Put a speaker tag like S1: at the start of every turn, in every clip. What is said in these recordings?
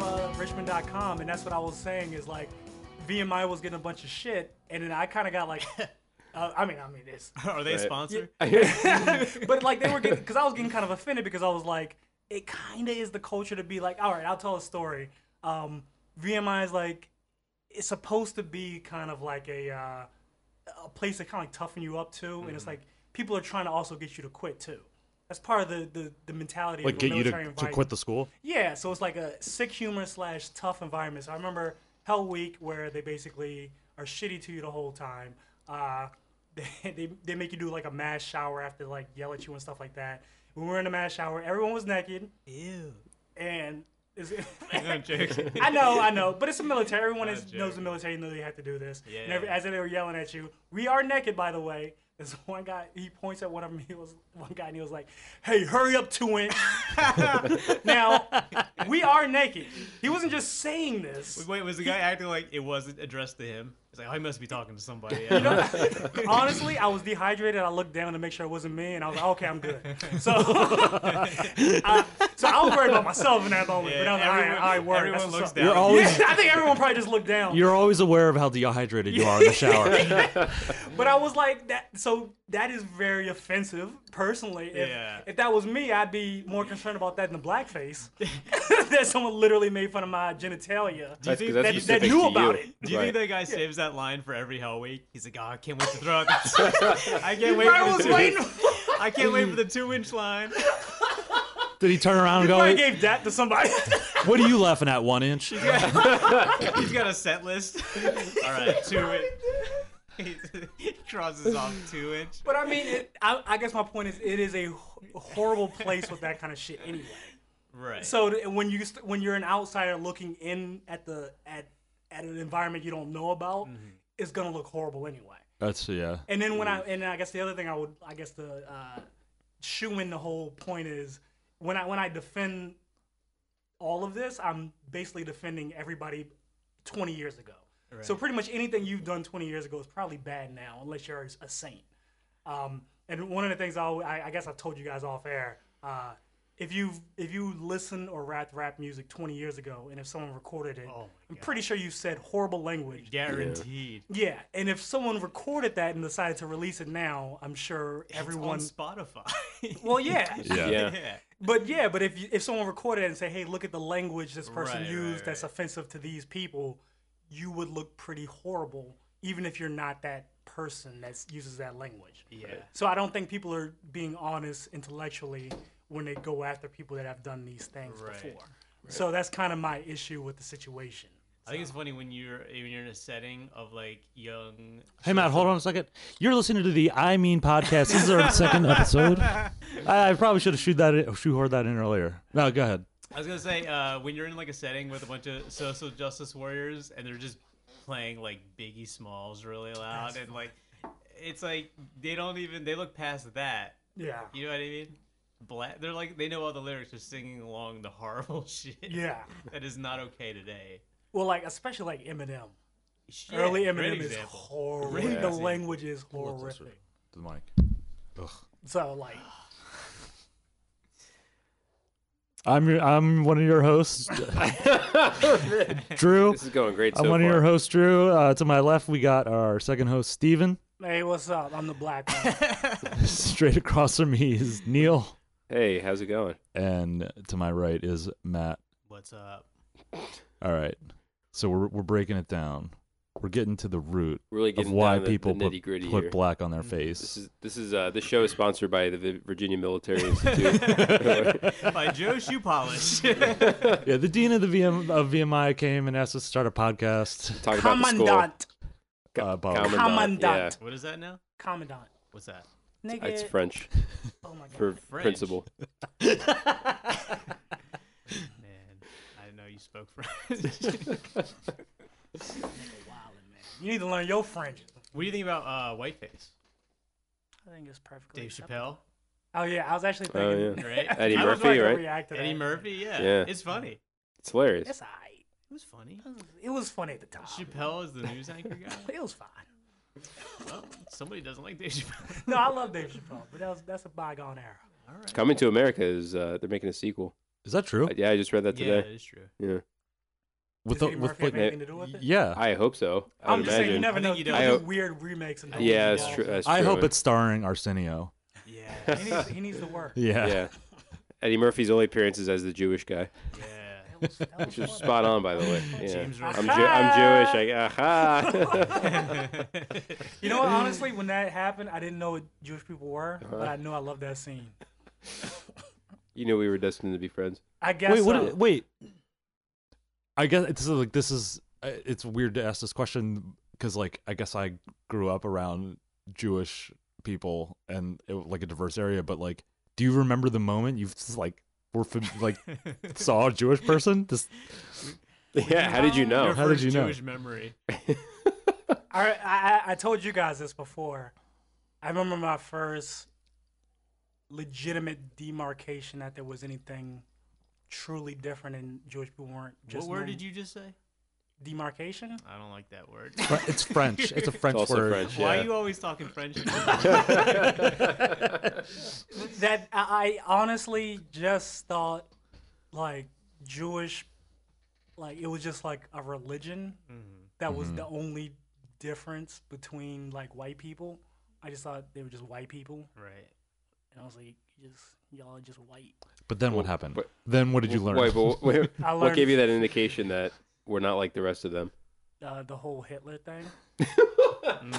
S1: uh, VMI.com, and that's what I was saying is like, VMI was getting a bunch of shit, and then I kind of got like, uh, I mean, I mean, it's
S2: Are they a
S3: Right.
S2: sponsor?
S1: but like they were getting because I was getting kind of offended because I was like, it kind of is the culture to be like, all right, I'll tell a story. Um, VMI is like, it's supposed to be kind of like a uh, a place to kind of like toughen you up to, and
S4: Mm-hmm.
S1: it's like people are trying to also get you to quit too. That's part of the the, the mentality.
S4: Like
S1: of a
S4: get you
S1: military
S4: to, to
S1: environment.
S4: quit the school.
S1: Yeah, so it's like a sick humor slash tough environment. So I remember Hell Week where they basically are shitty to you the whole time. Uh, they, they, they make you do like a mass shower after like yell at you and stuff like that. When we were in the mass shower, everyone was naked
S2: Ew.
S1: and it's,
S2: No, jokes.
S1: I know, I know, but it's the military. Everyone is,
S2: joking.
S1: knows the military. Know they have to do this.
S2: Yeah.
S1: And every, as they were yelling at you, we are naked, by the way. This one guy, he points at one of them. He was one guy, and he was like, "Hey, hurry up, two inch." now, we are naked. He wasn't just saying this.
S2: Wait, was the guy acting like it wasn't addressed to him? He's like, oh, he must be talking to somebody.
S1: Honestly, I was dehydrated. I looked down to make sure it wasn't me, and I was like, "Okay, I'm good." So, I, so I was worried about myself in that moment. but I was like, "All right, all right, word.
S2: everyone
S1: That's what's
S2: looks
S1: up."
S2: down.
S4: You're all- Always-
S1: Yeah, I think everyone probably just looked down.
S4: You're always aware of how dehydrated you are in the shower.
S1: But I was like that. So that is very offensive, personally. If,
S2: Yeah.
S1: if that was me, I'd be more concerned about that than blackface. that someone literally made fun of my genitalia.
S2: Do you think
S3: That's 'cause that's
S2: that- that
S3: specific
S1: knew
S3: to
S1: about
S3: you.
S1: it.
S2: Do you
S3: Right.
S2: think that guy saves that line for every Hell Week? He's like, oh, I can't wait to throw out this. I can't wait
S1: I
S2: for the
S1: was
S2: two
S1: waiting.
S2: inch. I can't wait for the two inch line.
S4: Did he turn around and
S1: I
S4: go,
S1: gave that to somebody.
S4: What are you laughing at, one inch?
S2: He's got a set list. All right, two inch. He crosses off two inch.
S1: but I mean, it, I, I guess my point is, it is a ho- horrible place with that kind of shit anyway.
S2: Right.
S1: So th- when you st- when you're an outsider looking in at the at at an environment you don't know about, it's gonna look horrible anyway.
S4: That's yeah.
S1: And then when I and I guess the other thing I would I guess the uh, shoe in the whole point is when I when I defend all of this, I'm basically defending everybody 20 years ago. So pretty much anything you've done 20 years ago is probably bad now, unless you're a saint. Um, and one of the things I, al- I I guess I told you guys off air, uh, if you if you listen or rap rap music 20 years ago, and if someone recorded it,
S2: Oh my
S1: I'm pretty sure you said horrible language.
S2: Guaranteed.
S1: Yeah, and if someone recorded that and decided to release it now, I'm sure everyone.
S2: It's on Spotify.
S1: well, yeah,
S4: Yeah.
S3: yeah.
S2: yeah.
S1: but yeah, but if you, if someone recorded it and say, "Hey, look at the language this person
S2: Right, right,
S1: used that's
S2: right.
S1: offensive to these people," you would look pretty horrible, even if you're not that person that uses that language.
S2: Yeah.
S1: So I don't think people are being honest intellectually when they go after people that have done these things
S2: Right.
S1: before. So that's kind of my issue with the situation.
S2: I think it's funny when you're when you're in a setting of like young.
S4: Hey Matt, hold on a second. You're listening to the I Mean podcast. This is our second episode. I, I probably should have shoot that in, shoehorned that in earlier. No, go ahead.
S2: I was gonna say uh, when you're in like a setting with a bunch of social justice warriors and they're just playing like Biggie Smalls really loud and like it's like they don't even they look past that.
S1: Yeah.
S2: You know what I mean? Black, they're like they know all the lyrics. They're singing along the horrible shit.
S1: Yeah.
S2: that is not okay today.
S1: Well, like especially like Eminem.
S2: Shit,
S1: Early
S2: great
S1: Eminem is
S2: example.
S1: horrific.
S3: Yeah.
S1: The
S2: example.
S1: language is
S4: Look closer
S1: horrific.
S4: to the mic.
S1: So like,
S4: I'm your, I'm one of your hosts, Drew.
S3: Oh, This is going great
S4: I'm
S3: so
S4: one
S3: far.
S4: of your hosts, Drew. Uh, to my left, we got our second host, Steven.
S1: hey, what's up? I'm the black one.
S4: Straight across from me is Neil,
S3: Hey, how's it going?
S4: and to my right is Matt.
S2: What's up?
S4: All right, so we're we're breaking it down. We're getting to the root
S3: Really
S4: of
S3: getting
S4: why
S3: down to the-
S4: people
S3: the
S4: put,
S3: nitty gritty
S4: put
S3: here.
S4: black on their face.
S3: This is this is uh, this show is sponsored by the Vi- Virginia Military Institute.
S2: By Joe Shoe Polish.
S4: Yeah, the dean of the VM of VMI came and asked us to start a podcast.
S3: Talk about the school.
S1: Commandant,
S4: Uh, about
S3: Commandant.
S1: Commandant.
S2: what is that now?
S1: commandant,
S2: What's that?
S3: Yeah, it's
S1: nigga.
S3: French
S1: oh my god.
S3: for
S2: French.
S3: principal.
S2: Man, I didn't know you spoke French.
S1: Wildin', man. You need to learn your French.
S2: What do you think about uh, Whiteface?
S1: I think it's perfectly.
S2: Dave
S1: acceptable.
S2: Chappelle,
S1: Oh yeah, I was actually thinking.
S3: Oh yeah,
S2: right?
S3: Eddie
S2: I was
S3: Murphy,
S2: like,
S3: right?
S1: React to that.
S2: Eddie Murphy, yeah.
S3: Yeah.
S2: It's funny.
S3: it's hilarious.
S1: It's alright.
S2: It was funny.
S1: It was funny at the time.
S2: Chappelle is the news anchor guy.
S1: It was fine.
S2: Well, somebody doesn't like Dave Chappelle.
S1: No, I love Dave Chappelle, but that was, that's a bygone era.
S2: All right.
S3: Coming to America is uh, they're making a sequel.
S4: Is that true?
S3: Yeah, I just read that
S2: Yeah,
S3: today.
S2: it is true.
S3: Yeah,
S4: with
S1: Eddie
S4: the, with
S1: Murphy have
S4: like
S1: anything to do with it?
S4: yeah.
S3: I hope so. I
S1: I'm
S3: would
S1: just
S3: imagine.
S1: saying you never
S2: I
S1: know.
S2: think you
S1: You
S2: don't.
S3: I
S1: do
S3: hope-
S1: weird remakes and
S3: yeah,
S1: things
S3: that's
S1: like
S3: true.
S1: that.
S3: That's
S4: I
S3: true.
S4: hope it's starring Arsenio.
S2: Yeah.
S1: He needs, he needs to work.
S4: Yeah.
S3: yeah. Eddie Murphy's only appearances as the Jewish guy,
S2: yeah.
S3: which is spot on, by the way. Yeah.
S2: James
S3: I'm,
S2: Rhodes.
S3: Ju- I'm Jewish. I, aha.
S4: Oh,
S1: You know what? Honestly,
S4: Mm.
S1: when that happened, I didn't know what Jewish people were,
S4: Uh-huh.
S1: but I knew I loved that scene.
S3: you knew we were destined to be friends.
S1: I guess. uh,
S4: Wait, what?
S1: so.
S4: i- Wait. I guess this is like this is uh, it's weird to ask this question because like I guess I grew up around Jewish people and it, was, like a diverse area, but like, do you remember the moment you just like were fam- like saw a Jewish person? This
S3: Yeah. How did you
S2: Your
S3: know?
S4: How did
S2: first
S4: you know?
S2: Jewish memory.
S1: I, I I told you guys this before. I remember my first legitimate demarcation that there was anything truly different and Jewish people weren't just
S2: What word
S1: known-
S2: did you just say?
S1: demarcation?
S2: I don't like that word.
S4: Fr- it's French. It's a French
S3: It's also
S4: word.
S3: French.
S2: Why
S3: yeah.
S2: are you always talking French?
S1: That I, I honestly just thought like Jewish like it was just like a religion that was the only difference between like white people. I just thought they were just white people
S2: right.
S1: and I was like you just y'all are just white.
S4: But then what happened?
S3: but-
S4: then what did you learn?
S3: Wait, but wait,
S1: I
S3: what
S1: learned-
S3: gave you that indication that we're not like the rest of them?
S1: Uh, the whole Hitler thing.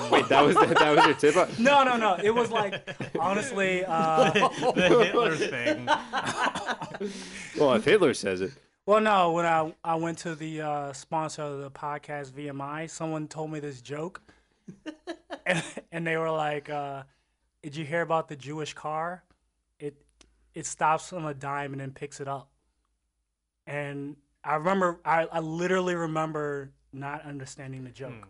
S3: Wait, that was that, was your tip. off?
S1: No, no, no. It was like honestly, uh,
S2: the Hitler thing.
S3: Well, if Hitler says it,
S1: well, no. When I I went to the uh, sponsor of the podcast VMI, someone told me this joke, and, and they were like, uh, "Did you hear about the Jewish car? It it stops on a dime and then picks it up." And I remember, I, I literally remember not understanding the joke.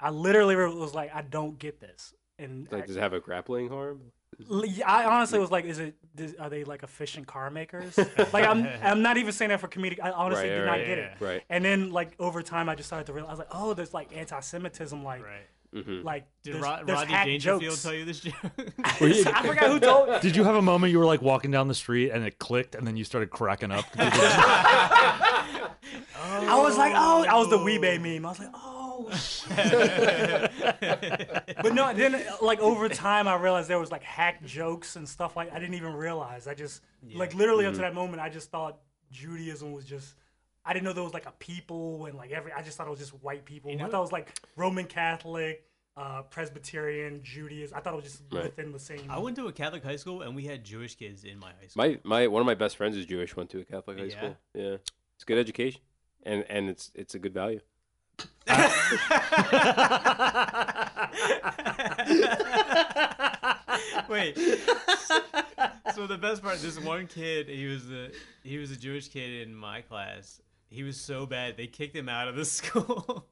S1: I literally was like, "I don't get this." And I-
S3: Hmm. like, does it have a grappling harm?
S1: L- yeah, I honestly was like, is it? Is, are they like efficient car makers? like I'm, I'm not even saying that for comedic. I honestly
S3: Right,
S1: did
S3: right,
S1: not
S3: right,
S1: get
S2: yeah.
S1: it.
S3: Right.
S1: And then like over time, I just started to realize, I was like, oh, there's like anti-Semitism, like
S2: Right.
S1: like
S2: Did
S1: there's,
S2: Rod-
S1: there's
S2: Rodney
S1: hack
S2: Dangerfield
S1: jokes.
S2: tell you this joke?
S1: I forgot who told.
S4: Did you have a moment you were like walking down the street and it clicked and then you started cracking up?
S1: I was like, oh, I was the Weebay meme. I was like, oh. shit. but no, then like over time, I realized there was like hack jokes and stuff like I didn't even realize. I just like literally up to
S3: Mm-hmm.
S1: that moment, I just thought Judaism was just. I didn't know there was like a people and like every. I just thought it was just white people. I thought it was like Roman Catholic, uh, Presbyterian, Judaism. I thought it was just
S3: Right.
S1: within the same.
S2: I went to a Catholic high school and we had Jewish kids in my high school.
S3: My my one of my best friends is Jewish. Went to a Catholic high
S2: Yeah.
S3: school. Yeah, it's good education, and and it's it's a good value.
S2: Wait. so the best part, this one kid, he was a he was a Jewish kid in my class. He was so bad they kicked him out of the school.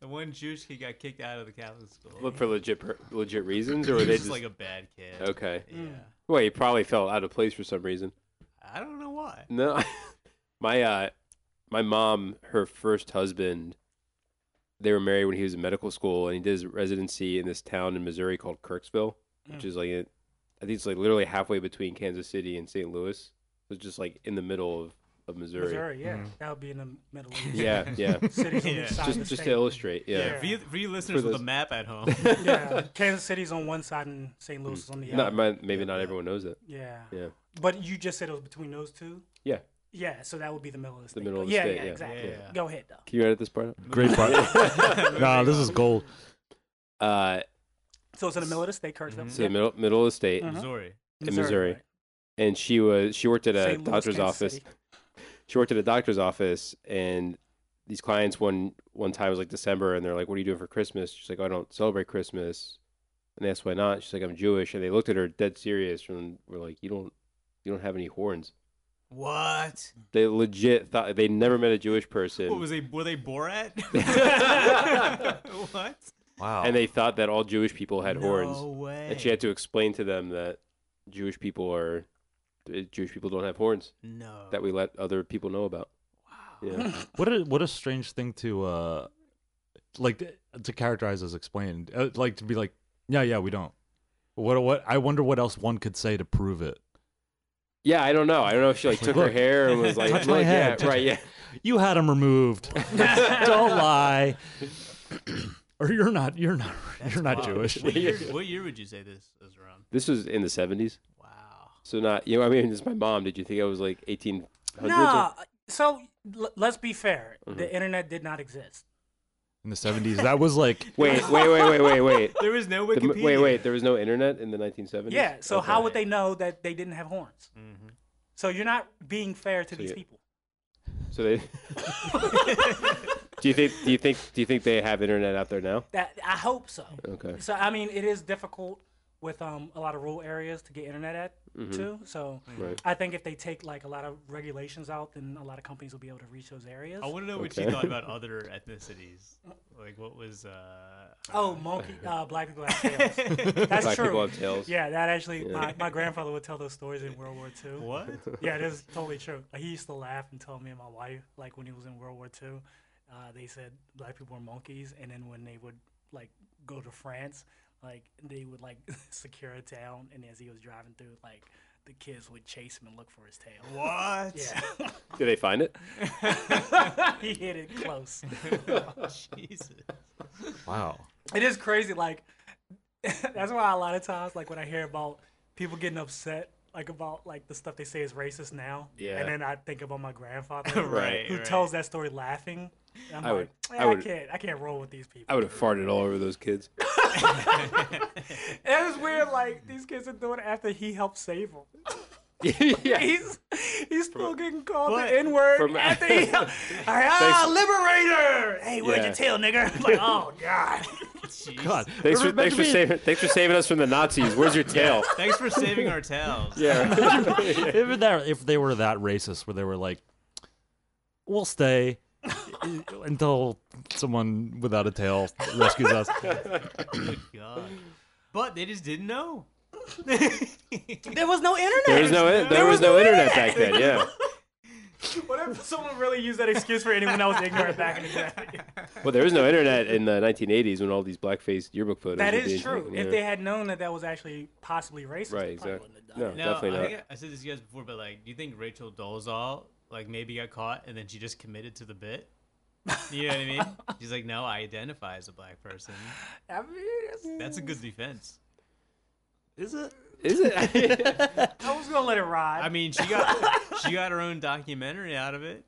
S2: the one Jewish kid got kicked out of the Catholic school.
S3: Look for legit per, legit reasons,
S2: he
S3: or are
S2: was
S3: they
S2: just
S3: just
S2: like a bad kid.
S3: okay?
S2: Yeah.
S3: Well, he probably felt out of place for some reason.
S2: I don't know why.
S3: No, my uh, my mom, her first husband, they were married when he was in medical school, and he did his residency in this town in Missouri called Kirksville,
S1: Mm.
S3: which is like, it- I think it's like literally halfway between Kansas City and St. Louis. So it's just like in the middle of, of Missouri.
S1: Missouri, yeah, that would be in the Middle East.
S3: Yeah, yeah.
S1: cities on
S2: Mm-hmm. Yeah.
S1: each side of
S3: just
S1: the
S3: just to
S1: state.
S3: illustrate, yeah.
S2: Yeah, for you, for you listeners with a
S3: those-
S2: map at home.
S1: yeah, Kansas City's on one side and St. Louis is on the
S3: Not
S1: other.
S3: my, maybe not everyone knows that.
S1: Yeah.
S3: Yeah,
S1: But you just said it was between those two.
S3: Yeah.
S1: Yeah, so that would be the middle of the state.
S3: middle of
S1: But
S3: the
S1: yeah,
S3: state,
S1: Yeah,
S3: yeah.
S1: exactly.
S2: Yeah.
S1: Go ahead though.
S3: can you edit this part? out?
S4: Great part. nah, this is gold.
S3: Uh,
S1: So it's in the middle of the state, Kirksville.
S3: so the middle middle of the state,
S2: Missouri.
S1: Yeah,
S3: Mm-hmm. in Missouri. and she was she worked at a
S1: St. Louis,
S3: doctor's
S1: Kansas
S3: office.
S1: City.
S3: She worked at a doctor's office, and these clients one one time it was like December, and they're like, "What are you doing for Christmas?" She's like, "Oh, "I don't celebrate Christmas," and they asked why not. She's like, "I'm Jewish," and they looked at her dead serious, and were like, "You don't you don't have any horns."
S2: What?
S3: They legit thought they never met a Jewish person,
S2: What was they? Were they Borat? what?
S4: Wow.
S3: and they thought that all Jewish people had horns.
S2: No way.
S3: and she had to explain to them that Jewish people are Jewish people don't have horns
S2: no.
S3: that we let other people know about. Wow. Yeah.
S4: What a what a strange thing to uh, like to, to characterize as explained. Uh, like to be like, yeah, yeah, we don't. What what? I wonder what else one could say to prove it.
S3: Yeah, I don't know. I don't know if she like
S4: She's
S3: took
S4: like,
S3: her
S4: "Look,
S3: hair and was like,
S4: touch my
S3: "Look,
S4: head,
S3: yeah,
S4: touch-
S3: right, yeah.
S4: You had him removed. Don't lie. or you're not. You're not. you're not
S2: Wow.
S4: Jewish.
S2: What year, what year would you say this is around?
S3: This was in the seventies,
S2: Wow.
S3: so not you know. I mean, it's my mom. Did you think I was like eighteen hundreds?
S1: Nah. So l- let's be fair. The
S3: Mm-hmm.
S1: internet did not exist.
S4: In the seventies, that was like
S3: Wait, wait, wait, wait, wait, wait.
S2: There was no
S3: The-
S2: Wikipedia.
S3: wait, wait. There was no internet in the nineteen seventies.
S1: Yeah. So how would they know that they didn't have horns?
S2: Mm-hmm.
S1: So you're not being fair to these
S3: you-
S1: people.
S3: So they. do you think? Do you think? Do you think they have internet out there now?
S1: That I hope so.
S3: Okay.
S1: So I mean, it is difficult with um, a lot of rural areas to get internet at too. So
S3: Mm-hmm. Right.
S1: I think if they take like a lot of regulations out, then a lot of companies will be able to reach those areas.
S2: I want to know what you
S3: Okay.
S2: thought about other ethnicities. Like, what was. uh
S1: Oh, monkey, uh, black people have tails. That's
S3: Black
S1: true.
S3: people have tails.
S1: Yeah, that actually, my, my grandfather would tell those stories in World War II.
S2: What?
S1: Yeah, this is totally true. Like, He used to laugh and tell me and my wife, like when he was in World War II, uh, they said black people were monkeys, and then when they would like go to France, like they would like secure a town, and as he was driving through, like the kids would chase him and look for his tail.
S2: What?
S1: Yeah,
S3: Did they find it?
S1: he hit it close.
S2: Jesus.
S4: wow.
S1: it is crazy. Like that's why a lot of times, like when I hear about people getting upset, like about like the stuff they say is racist now,
S3: Yeah.
S1: and then I think about my grandfather,
S2: Right,
S1: who
S2: right.
S1: tells that story laughing. And I'm
S3: I
S1: like,
S3: would-
S1: "Eh, I,
S3: I would-
S1: can't, I can't roll with these people.
S3: I would have farted all over those kids.
S1: And it's weird, like these kids are doing it after he helped save them.
S3: yeah.
S1: He's he's still getting called
S2: But-
S1: the N word
S3: from-
S1: after he helped. Like, ah, liberator! Hey, where'd
S3: Yeah.
S1: your tail, nigga? Like, oh god.
S2: Jeez.
S4: God,
S3: Thanks for,
S4: Remember
S3: thanks, for
S4: me?
S3: saving, thanks for saving us from the Nazis. Where's your tail?
S2: Thanks for saving our towels.
S3: Yeah.
S4: if, that, if they were that racist, where they were like, "We'll stay until someone without a tail rescues us,"
S2: Good God. But they just didn't know.
S1: There was no internet.
S3: There was no there, was no internet back then. Yeah.
S1: What if someone really used that excuse for anyone that was ignorant back in the day?
S3: Well, there was no internet in the 1980s when all these blackface yearbook photos.
S1: That
S3: were
S1: is
S3: being
S1: true.
S3: taken,
S1: If
S3: yeah.
S1: they had known that that was actually possibly racist, they
S3: Right,
S1: probably
S3: exactly.
S1: wouldn't have done
S3: No,
S1: it.
S2: Now,
S3: definitely
S2: I,
S3: not.
S2: think I, I said this to you guys before, but like, do you think Rachel Dolezal like maybe got caught and then she just committed to the bit? You know what I mean? She's like, no, I identify as a black person.
S1: I mean,
S2: That's a good defense.
S4: is it?
S3: Is it?
S1: it's- I was gonna let it ride.
S2: I mean, she got she got her own documentary out of it.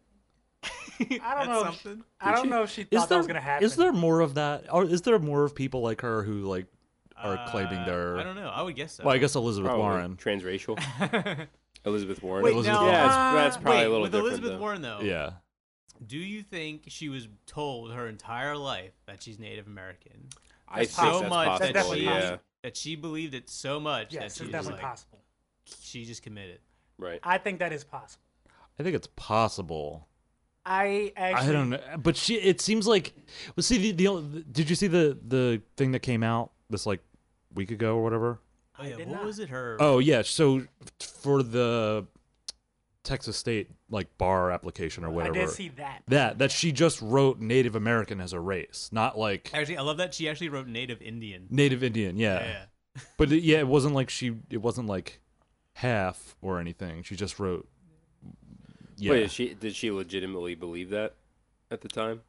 S1: I don't
S2: That's
S1: know. if-
S2: something.
S1: I don't know if she
S4: Is
S1: thought that was gonna happen.
S4: Is there more of that? Or is there more of people like her who like are claiming
S2: Uh,
S4: their?
S2: I don't know. I would guess so.
S4: Well, I guess Elizabeth
S3: Probably
S4: Warren.
S3: Transracial. Elizabeth Warren.
S2: Wait,
S4: Elizabeth
S2: now,
S4: Warren.
S3: yeah, it's-
S1: Uh,
S3: that's probably
S2: wait,
S3: a little
S2: with
S3: different.
S2: Elizabeth
S3: though.
S2: Warren though.
S4: Yeah,
S2: Do you think she was told her entire life that she's Native American?
S3: I think
S1: possible.
S2: so
S3: that's
S2: much
S3: possible.
S2: that
S1: definitely
S2: she
S3: yeah.
S1: possible.
S2: that she believed it so much
S1: yes,
S2: that
S1: it's
S2: she was
S1: definitely
S2: like
S1: possible.
S2: she just committed.
S3: Right.
S1: I think that is possible.
S4: I think it's possible.
S1: I actually,
S4: I don't know, but she. It seems like. Well, see the, the only- Did you see the the thing that came out this like week ago or whatever?
S2: Oh, yeah,
S1: did
S2: what
S1: not.
S2: was it her?
S4: Oh yeah, so for the Texas State like bar application or
S1: I
S4: whatever.
S1: did see that.
S4: that that she just wrote Native American as a race, not like
S2: Actually, I love that she actually wrote Native Indian.
S4: Native Indian. Yeah,
S2: Yeah.
S4: but it- yeah, it wasn't like she. It wasn't like half or anything. She just wrote. Yeah,
S3: Wait, is she did she legitimately believe that at the time?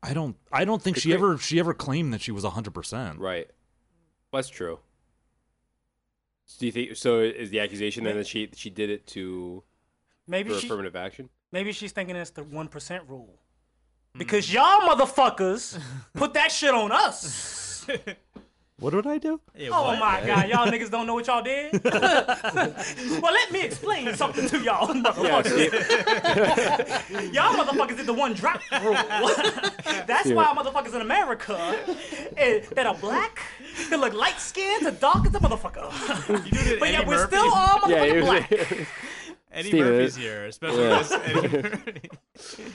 S4: I don't. I don't think
S3: Good
S4: she
S3: great.
S4: ever. She ever claimed that she was hundred percent.
S3: Right. Well, that's true. So do you think so? Is the accusation then that she she did it to
S1: Maybe
S3: for
S1: she,
S3: affirmative action?
S1: maybe she's thinking it's the one percent rule, because y'all motherfuckers put that shit on us.
S4: What did I do?
S2: Yeah,
S1: Oh
S2: what?
S1: my god, y'all niggas don't know what y'all did. well, let me explain something to y'all,
S3: Yeah,
S1: motherfuckers.
S3: see,
S1: Y'all motherfuckers did the one drop rule. That's why motherfuckers in America eh, that are black that look light skinned to dark as a motherfucker.
S2: You do it,
S1: But
S2: Eddie
S1: yet we're
S2: Murphy.
S1: still all
S3: yeah,
S1: motherfucking
S3: it
S1: black.
S3: was,
S2: Eddie
S3: Steven.
S2: Murphy's here, especially
S3: Yeah.
S2: this Eddie Murphy.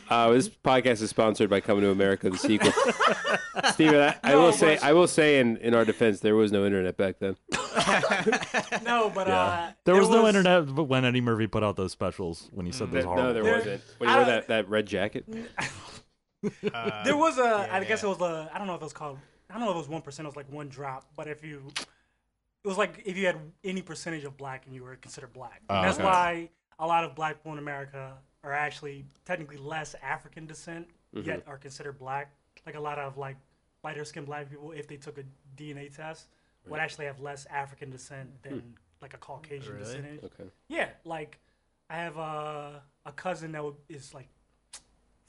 S3: uh, this podcast is sponsored by Coming to America, the sequel. Steven, I, I will
S1: No,
S3: say,
S1: but-
S3: I will say, in, in our defense, there was no internet back then.
S1: No, but uh,
S4: There, was, no internet but when Eddie Murphy put out those specials when he said those horrible.
S3: Mm, No, there
S1: There-
S3: wasn't. When you
S1: I
S3: wore
S1: don't-
S3: that, that red jacket,
S2: Uh,
S1: There was a, I
S2: yeah.
S1: guess it was a, I don't know if it was called, I don't know if it was one percent. It was like one drop. But if you it was like if you had any percentage of black and you were considered black.
S4: Oh,
S1: And that's
S4: okay.
S1: why a lot of black people in America are actually technically less African descent,
S4: Mm-hmm.
S1: yet are considered black. Like a lot of like lighter skinned black people, if they took a DNA test, would actually have less African descent than
S4: Hmm.
S1: like a Caucasian
S2: Really?
S1: descent.
S3: Okay.
S1: Yeah, like I have a a cousin that would- is like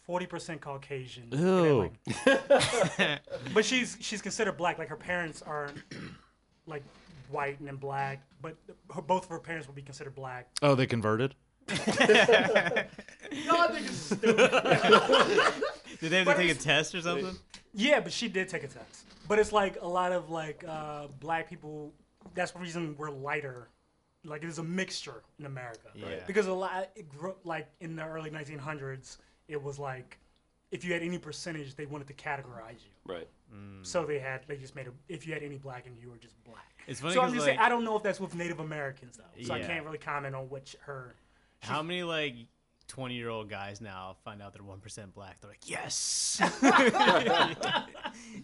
S1: forty percent Caucasian. and then,
S4: Ew.
S1: like, but she's she's considered black. Like her parents are like white and then black, but her, both of her parents would be considered black.
S4: Oh, they converted.
S1: Y'all niggas is stupid.
S2: Did they have to take a test or something?
S1: yeah, but she did take a test. But it's like a lot of like uh, black people. That's the reason we're lighter. Like there's a mixture in America.
S2: Yeah.
S1: Because a lot, it grew, like in the early 1900s, it was like if you had any percentage, they wanted to categorize you.
S3: Right.
S1: So they had they just made a if you had any black in you, you were just black.
S2: It's funny
S1: so I'm
S2: 'cause,
S1: just saying
S2: like-
S1: I don't know if that's with Native Americans though, so I
S2: Yeah.
S1: can't really comment on which her.
S2: How many like twenty year old guys now find out they're one percent black? They're like, yes.
S1: Uh,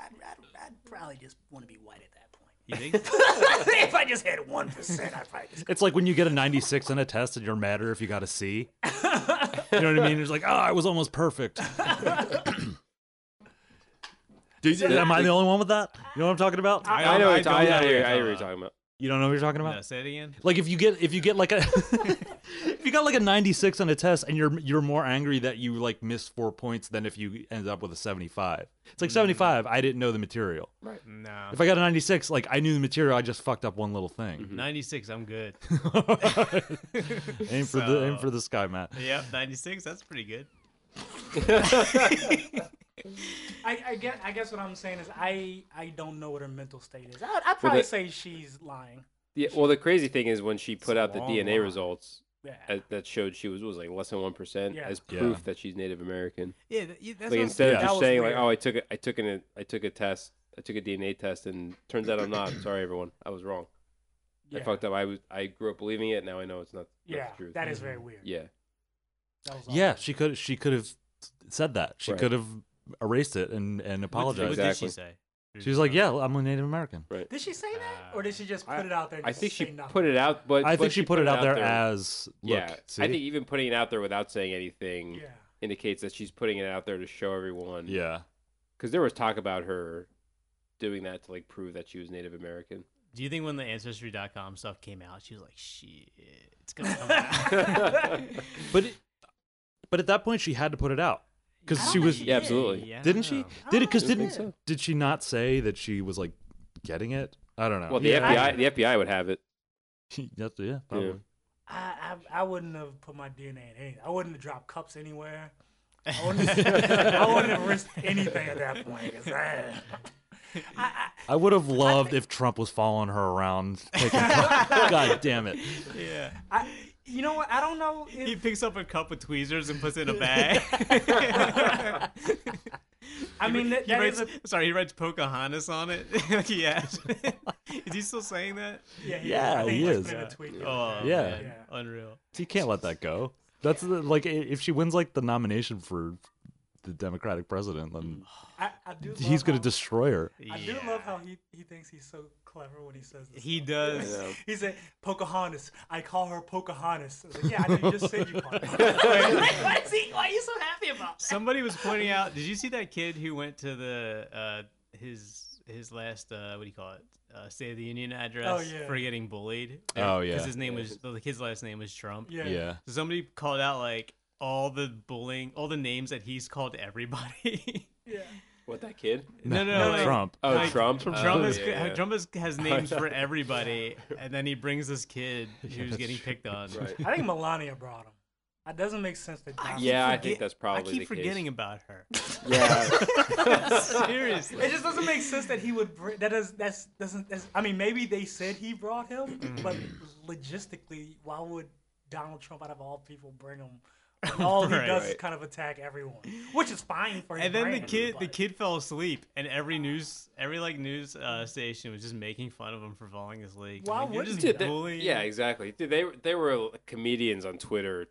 S1: I'd, I'd, I'd probably just want to be white at that point.
S2: you think?
S1: if I just had one percent, I'd probably just.
S4: It's like when you get a 96 on a test and you're madder if you got a C. you know what I mean? It's like, oh, I was almost perfect. Do you- am I the only one with that? You know what I'm talking about?
S3: I, know. what you're
S2: don't
S3: talking- I,
S2: what
S3: hear-
S2: you're
S3: I hear what you're
S2: talking
S3: talking about.
S4: you don't know what you're talking about?
S2: about. No, say it again.
S4: Like if you get if you get like a if you got like a 96 on a test and you're you're more angry that you like missed 4 points than if you ended up with a 75. It's like 75, I didn't know the material.
S2: No.
S4: If I got a 96, like I knew the material, I just fucked up one little thing.
S2: Ninety six, I'm good.
S4: aim for the aim for the sky, Matt.
S2: yep, ninety six, that's pretty good.
S1: I, I guess I guess what I'm saying is I I don't know what her mental state is. I, I'd probably
S3: the-
S1: say she's lying.
S3: Yeah, well, the crazy thing is when she put
S2: a
S3: out the
S2: long
S3: DNA
S2: line.
S3: results
S1: Yeah.
S3: as, that showed she was what was like less than one percent
S1: Yeah.
S3: as
S4: Yeah.
S3: proof that she's Native American.
S2: Yeah, th- yeah, that's
S3: Like
S2: what I'm-
S3: instead
S4: Yeah.
S3: of
S1: That
S3: just
S1: was
S3: saying like,
S1: weird.
S3: "Oh, I took a, I took an, I took a test, I took a DNA test, and turns out I'm not. Sorry, everyone, I was wrong.
S1: yeah.
S3: I fucked up. I was, I grew up believing it. Now I know it's not. not
S1: Yeah,
S3: the truth. Mm-hmm.
S1: that is very weird.
S3: yeah.
S1: That was
S4: Yeah,
S1: awful.
S4: she could she could have said that. She
S3: Right.
S4: could have erased it and and
S2: What did-
S4: apologized.
S2: What did
S3: Exactly.
S2: she say? Mm-hmm.
S4: She was like, "Yeah, I'm a Native American."
S1: Did she say that, or did she just put it out there? And
S3: I
S1: just
S3: think she
S1: say nothing?
S3: put it out, but
S4: I
S3: but
S4: think she, put, it out there, as look,
S3: yeah.
S4: see?
S3: I think even putting it out there without saying anything
S1: Yeah.
S3: indicates that she's putting it out there to show everyone.
S4: yeah.
S3: because there was talk about her doing that to like prove that she was Native American.
S2: Do you think when the ancestry.com stuff came out, she was like, "Shit, it's gonna come out."
S4: But it, but at that point she had to put it out cuz
S1: I don't
S4: she
S1: think
S4: was
S1: she
S3: Yeah, absolutely.
S2: Yeah, I
S4: didn't
S2: don't
S4: she?
S2: know.
S4: Did it cuz
S3: I don't
S4: didn't
S3: think so.
S4: did she not say that she was like getting it? I don't know.
S3: Well, the
S1: Yeah.
S3: FBI, the FBI would have it.
S4: That's- yeah, probably.
S1: I, I I wouldn't have put my DNA in anything. I wouldn't have dropped cups anywhere. I wouldn't have, I wouldn't have risked anything at that point. 'cause I, I,
S4: I would have loved if Trump was following her around. Taking God damn it.
S2: Yeah.
S1: I, I, you know what? I don't know.
S2: He
S1: If,
S2: picks up a cup of tweezers and puts it in a bag.
S1: I mean, that,
S2: He
S1: that is
S2: writes,
S1: a
S2: sorry, he writes Pocahontas on it. like he asked. is he still saying that?
S1: yeah.
S4: Yeah,
S1: I think
S4: he
S1: just
S4: is.
S1: put in a tweet.
S2: Oh,
S4: Yeah.
S2: man,
S1: Yeah.
S2: unreal.
S4: You can't let that go. That's the, like i- if she wins like the nomination for the Democratic president, then
S1: I, I do. Love
S4: he's going
S1: how-
S4: to destroy her.
S1: I do
S2: Yeah.
S1: love how he, he thinks he's so clever when he says this.
S2: He
S1: stuff.
S2: does.
S3: Yeah.
S1: He said, Pocahontas. I call her Pocahontas. I was like, yeah, I know you just said you called her. Like, what is he, why are you so happy about that?
S2: Somebody was pointing out. Did you see that kid who went to the uh, his his last uh, what do you call it? Uh, State of the Union address
S1: Oh, yeah.
S2: for getting bullied.
S4: Oh, yeah.
S2: Because his name was the kid's last name was Trump.
S1: Yeah.
S2: So somebody called out like all the bullying, all the names that he's called everybody.
S1: yeah.
S3: What that kid?
S2: no, no, like-
S4: Trump.
S3: Oh,
S2: Like,
S3: Trump.
S2: Trump,
S3: Oh,
S2: is,
S3: yeah, yeah.
S2: Trump is, has names for everybody, and then he brings this kid who's getting picked on.
S3: Right.
S1: I think Melania brought him. It doesn't make sense
S2: Uh,
S1: that. Donald-
S3: Yeah, I
S2: Forget-
S3: think that's probably
S2: I keep
S3: the
S2: forgetting about her.
S3: case. Yeah,
S2: Seriously.
S1: It just doesn't make sense that he would. Bring, that does. That's doesn't. That's, I mean, maybe they said he brought him, but
S2: Mm-hmm.
S1: logistically, why would Donald Trump, out of all people, bring him? When All he
S2: Right.
S1: does is
S3: Right.
S1: kind of attack everyone, which is fine for him.
S2: and then the kid, the kid fell asleep, and every news, every like news uh, station was just making fun of him for falling asleep.
S1: Why
S2: like, you're
S1: wouldn't
S2: just
S1: you?
S3: Dude, they-
S2: bullying.
S3: yeah, exactly. Dude, they they were comedians on Twitter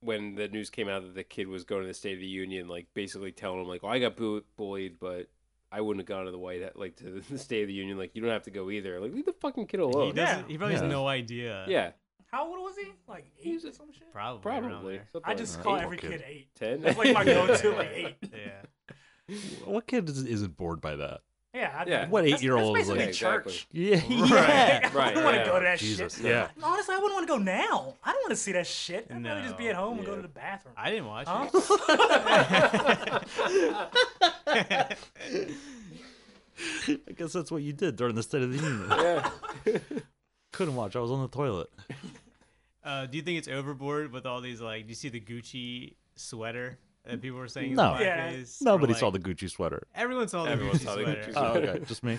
S3: when the news came out that the kid was going to the State of the Union, like basically telling him like, "Oh, I got bu- bullied, but I wouldn't have gone to the White House, like to the State of the Union. Like you don't have to go either. Like leave the fucking kid
S2: He
S3: alone.
S2: doesn't.
S1: Yeah.
S2: He probably
S4: Yeah.
S2: has no idea.
S3: Yeah,
S1: How old was he? Like
S3: He
S1: eight
S3: was
S1: or
S3: a-
S1: some shit.
S2: Probably.
S3: probably.
S2: around
S3: Something
S1: I
S3: like
S1: just
S3: that.
S1: call
S4: eight.
S1: every
S4: Kid.
S1: kid eight.
S3: ten.
S1: That's like my
S2: there.
S1: go-to, like eight.
S2: Yeah.
S4: What kid is- isn't bored by that?
S1: Yeah. I,
S3: Yeah.
S4: What
S1: that's-
S4: eight-year-old is
S1: That's basically
S4: like-
S1: church.
S4: Yeah,
S1: Like,
S4: yeah.
S1: I
S3: Right,
S1: wouldn't want to
S3: yeah.
S1: go to that
S4: Jesus,
S1: shit.
S4: yeah.
S1: Honestly, I wouldn't want to go now. I don't want to see that shit. I'd rather just be at
S2: No,
S1: home and go
S3: yeah.
S1: to the bathroom.
S2: I didn't watch
S1: Huh?
S2: it.
S4: I guess that's what you did during the State of the Union.
S3: Yeah.
S4: Couldn't watch. I was on the toilet.
S2: uh, do you think it's overboard with all these like? Do you see the Gucci sweater that people were saying? is
S4: No.
S2: blackface? Or,
S4: Nobody saw the
S2: like-
S4: Gucci sweater.
S2: Everyone saw the
S3: Everyone
S2: Gucci
S3: saw the
S2: sweater.
S3: Gucci
S4: Oh, okay, just me.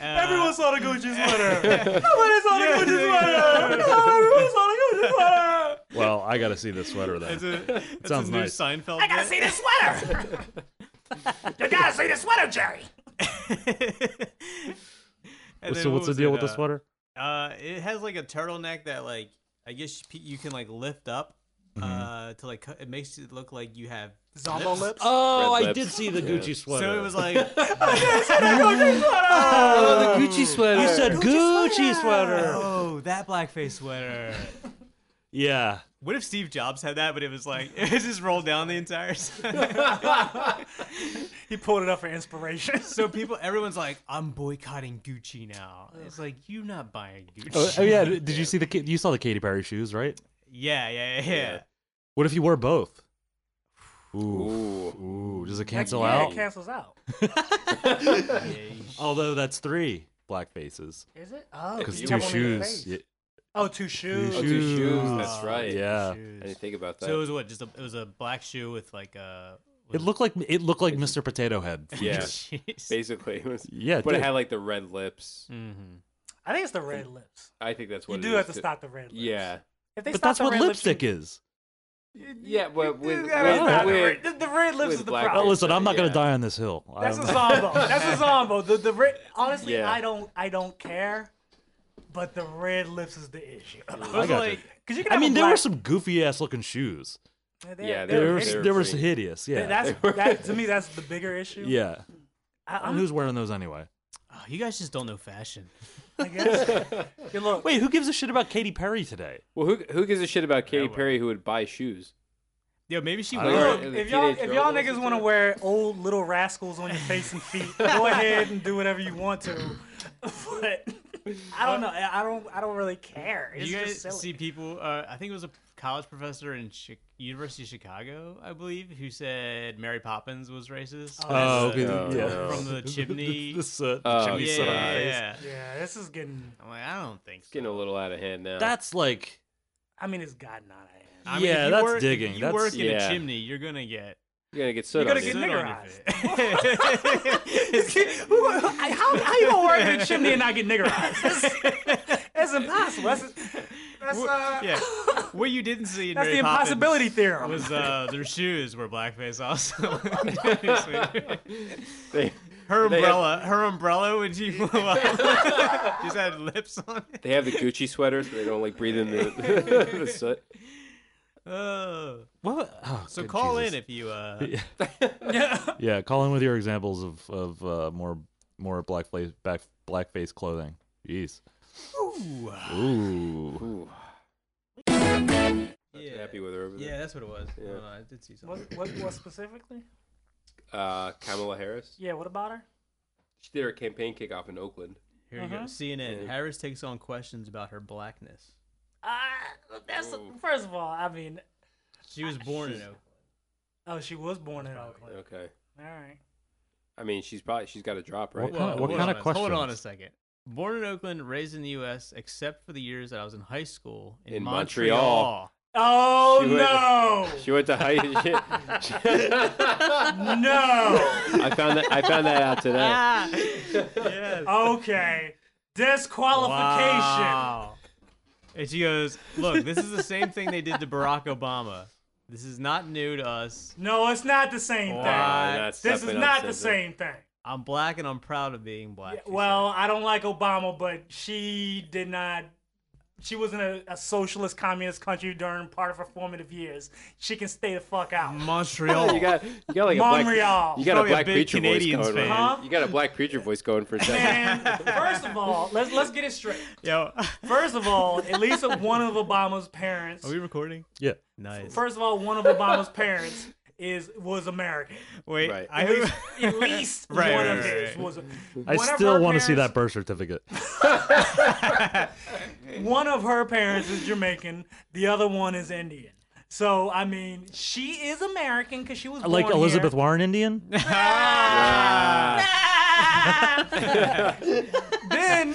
S2: Uh,
S1: Everyone saw the Gucci sweater. Nobody saw the
S2: Yeah.
S1: Gucci sweater. Everyone saw the Gucci sweater.
S4: Well, I gotta see this sweater then.
S2: That's a, that's
S4: Sounds
S2: his new
S4: nice.
S2: Seinfeld.
S1: I gotta see this sweater. you gotta see this sweater, Jerry.
S2: And
S4: so
S2: then what
S4: what's the
S2: was
S4: deal
S2: it,
S4: with the
S2: uh,
S4: sweater?
S2: Uh, it has like a turtleneck that like I guess you, you can like lift up.
S4: Mm-hmm.
S2: Uh, to like cut- it makes it look like you have.
S1: Zombo lips.
S4: Oh,
S3: Red I lips. did see the Yeah. Gucci
S4: sweater.
S2: So it was like
S4: oh, the Gucci sweater. You said
S1: Gucci
S4: Gucci sweater.
S2: Oh, that blackface sweater.
S4: Yeah.
S2: What if Steve Jobs had that, but it was like it just rolled down the entire side?
S1: He pulled it up for inspiration.
S2: so people, everyone's like, "I'm boycotting Gucci now." It's like you're not buying Gucci.
S4: Oh, oh, yeah. Did you see the Ka- you saw the Katy Perry shoes, right?
S2: yeah, yeah, yeah, yeah.
S3: Yeah.
S4: What if you wore both? Ooh,
S3: Ooh.
S4: ooh. Does it cancel
S1: yeah,
S4: out?
S1: It cancels out.
S4: Although that's three black faces
S1: Is it? Oh,
S4: because
S1: you
S4: two
S1: have one in your
S4: shoes.
S1: face.
S4: Yeah.
S1: Oh, two shoes.
S3: Oh, two shoes.
S4: Shoes.
S3: That's right.
S4: Yeah.
S3: I didn't think about that.
S2: So it was what? Just a, it was a black shoe with like uh, a.
S4: It looked like it looked like Mr. Potato Head.
S3: yeah.
S2: Jeez.
S3: Basically, it was-
S4: Yeah,
S3: but
S4: dude.
S3: it had like the red lips.
S2: Mm.
S1: I think it's the red lips.
S3: I think that's what
S1: You
S3: it
S1: do
S3: is
S1: have to
S3: too.
S1: stop the red lips.
S3: Yeah,
S1: If they
S4: but
S1: stop
S4: that's
S1: the
S4: what
S1: red lips, you
S4: lipstick is.
S3: yeah, but with, with,
S1: Yeah, it's not the,
S3: with-
S1: red, the, the red lips
S3: with
S1: is the
S3: black
S4: Oh,
S1: problem.
S3: lips.
S4: listen, I'm not gonna
S3: Yeah.
S4: die on this hill.
S1: That's a
S4: I'm-
S1: zombo. That's a zombo. The the red. Honestly,
S3: Yeah.
S1: I don't I don't care, but the red lips is the issue.
S4: I
S2: was
S4: got
S2: like,
S4: you.
S1: Because you can.
S4: I
S1: have a
S4: mean, there were
S1: black-
S4: some goofy ass looking shoes.
S1: they're-
S3: Yeah,
S1: they're
S4: There
S3: were-
S4: was
S1: hideous.
S3: they
S4: there was
S3: pretty.
S4: hideous. Yeah,
S1: That's that to me. That's the bigger issue.
S4: yeah.
S1: I,
S4: And
S1: I'm,
S4: who's wearing those anyway?
S2: Oh, you guys just don't know fashion.
S1: I guess. Yeah, look,
S4: Wait, who gives a shit about Katy Perry today?
S3: Well, who who gives a shit about Katy
S2: well.
S3: Perry who would buy shoes?
S2: Yeah, maybe she
S4: I
S2: was.
S4: don't know.
S1: look, if y'all if y'all niggas want to wear old little rascals on your face and feet, go ahead and do whatever you want to. But I don't know. I I don't. I don't really care.
S2: Do
S1: It's
S2: you guys
S1: just silly.
S2: see people? Uh, I think it was a college professor in Chi- University of Chicago, I believe, who said Mary Poppins was racist.
S1: Oh,
S2: Because, uh,
S3: okay, yeah.
S2: From the chimney.
S4: This, uh,
S3: Oh,
S4: chimney
S2: yeah,
S4: set on my
S2: yeah,
S4: face.
S2: yeah.
S1: yeah, this is getting.
S2: I'm like, I don't think so.
S3: Getting a little out of hand now.
S4: That's like
S1: I mean, it's gotten out of hand.
S2: I mean, if
S4: Yeah,
S2: you
S4: that's
S2: work, if
S4: digging.
S2: You
S4: That's-
S2: work in
S3: Yeah.
S2: a chimney, you're gonna get.
S3: you're gonna get soot
S1: You're
S3: on
S1: gonna
S3: you.
S1: get-
S2: soot on your
S1: Who-
S2: face.
S1: who- how, how you gonna work in a chimney and not get niggerized? That's, that's impossible. That's, that's, uh,
S2: yeah. What you didn't see in
S1: that's
S2: Mary
S1: the
S2: Poppins
S1: impossibility theorem.
S2: was uh, their shoes were blackface also.
S3: They,
S2: her
S3: They have-
S2: umbrella, her umbrella when she blew up, just had lips on it.
S3: they have the Gucci sweater so they don't like breathe in the, the soot.
S2: Oh.
S4: what? Oh,
S2: So call in if you. Uh,
S4: if yeah, call in with your examples of of uh, more more black face back blackface clothing. Jeez. Ooh.
S3: Ooh,
S2: yeah.
S3: happy with her over there.
S2: that's what it was.
S3: Yeah.
S2: I did see
S1: what, what, what specifically?
S3: Uh, Kamala Harris.
S1: Yeah, what about her?
S3: She did her campaign kickoff in Oakland.
S2: Here you go.
S1: Uh-huh.
S2: CNN.
S3: Yeah.
S2: Harris takes on questions about her blackness.
S1: Uh, that's
S3: Ooh.
S1: first of all, I mean,
S2: She was born in Oakland.
S1: oh, she was born in Oakland.
S3: Okay.
S1: All right.
S3: I mean, she's probably she's got a drop right.
S4: What kind of- what
S2: hold
S4: kind
S2: on
S4: of
S2: a- Hold on a
S4: questions?
S2: second. Born in Oakland, raised in the U.S., except for the years that I was in high school in,
S3: In
S2: Montreal.
S3: Montreal.
S1: Oh
S3: She went-
S1: no,
S3: She went to high.
S1: no.
S3: I found that I found that out
S1: Uh,
S3: today.
S2: Ah, yes.
S1: Okay, disqualification.
S2: Wow. And she goes, "Look, this is the same thing they did to Barack Obama. This is not new to us.
S1: No, it's not the same
S2: Wow.
S1: thing.
S3: that's
S1: This is
S3: definitely
S1: not the
S3: something.
S1: same thing.
S2: I'm black and I'm proud of being black." she
S1: Well, I don't like Obama, but she did not She was in a, a socialist communist country during part of her formative years. She can stay the fuck out.
S2: Montreal.
S3: You got you got like a
S1: Montreal.
S3: black you got a
S2: Probably a
S3: black
S2: big
S3: preacher
S2: Canadians
S3: voice going.
S2: fan.
S3: on.
S1: Huh?
S3: You got a black preacher voice going for a second.
S1: And first of all, let's let's get it straight.
S2: Yo, are
S1: First of all, at least one of Obama's parents.
S2: we recording?
S4: Yeah.
S2: Nice.
S1: First of all, one of Obama's parents is was American.
S2: Wait,
S3: Right.
S2: I
S1: At least
S2: Right,
S1: one
S2: right,
S1: of
S2: right,
S1: his
S2: right.
S1: was.
S4: I
S1: one of
S4: still
S1: her
S4: want to see
S1: parents-
S4: that birth certificate.
S1: One of her parents is Jamaican. The other one is Indian. So I mean, she is American because she was born
S4: like
S1: here.
S4: Elizabeth Warren Indian?
S3: Ah,
S1: then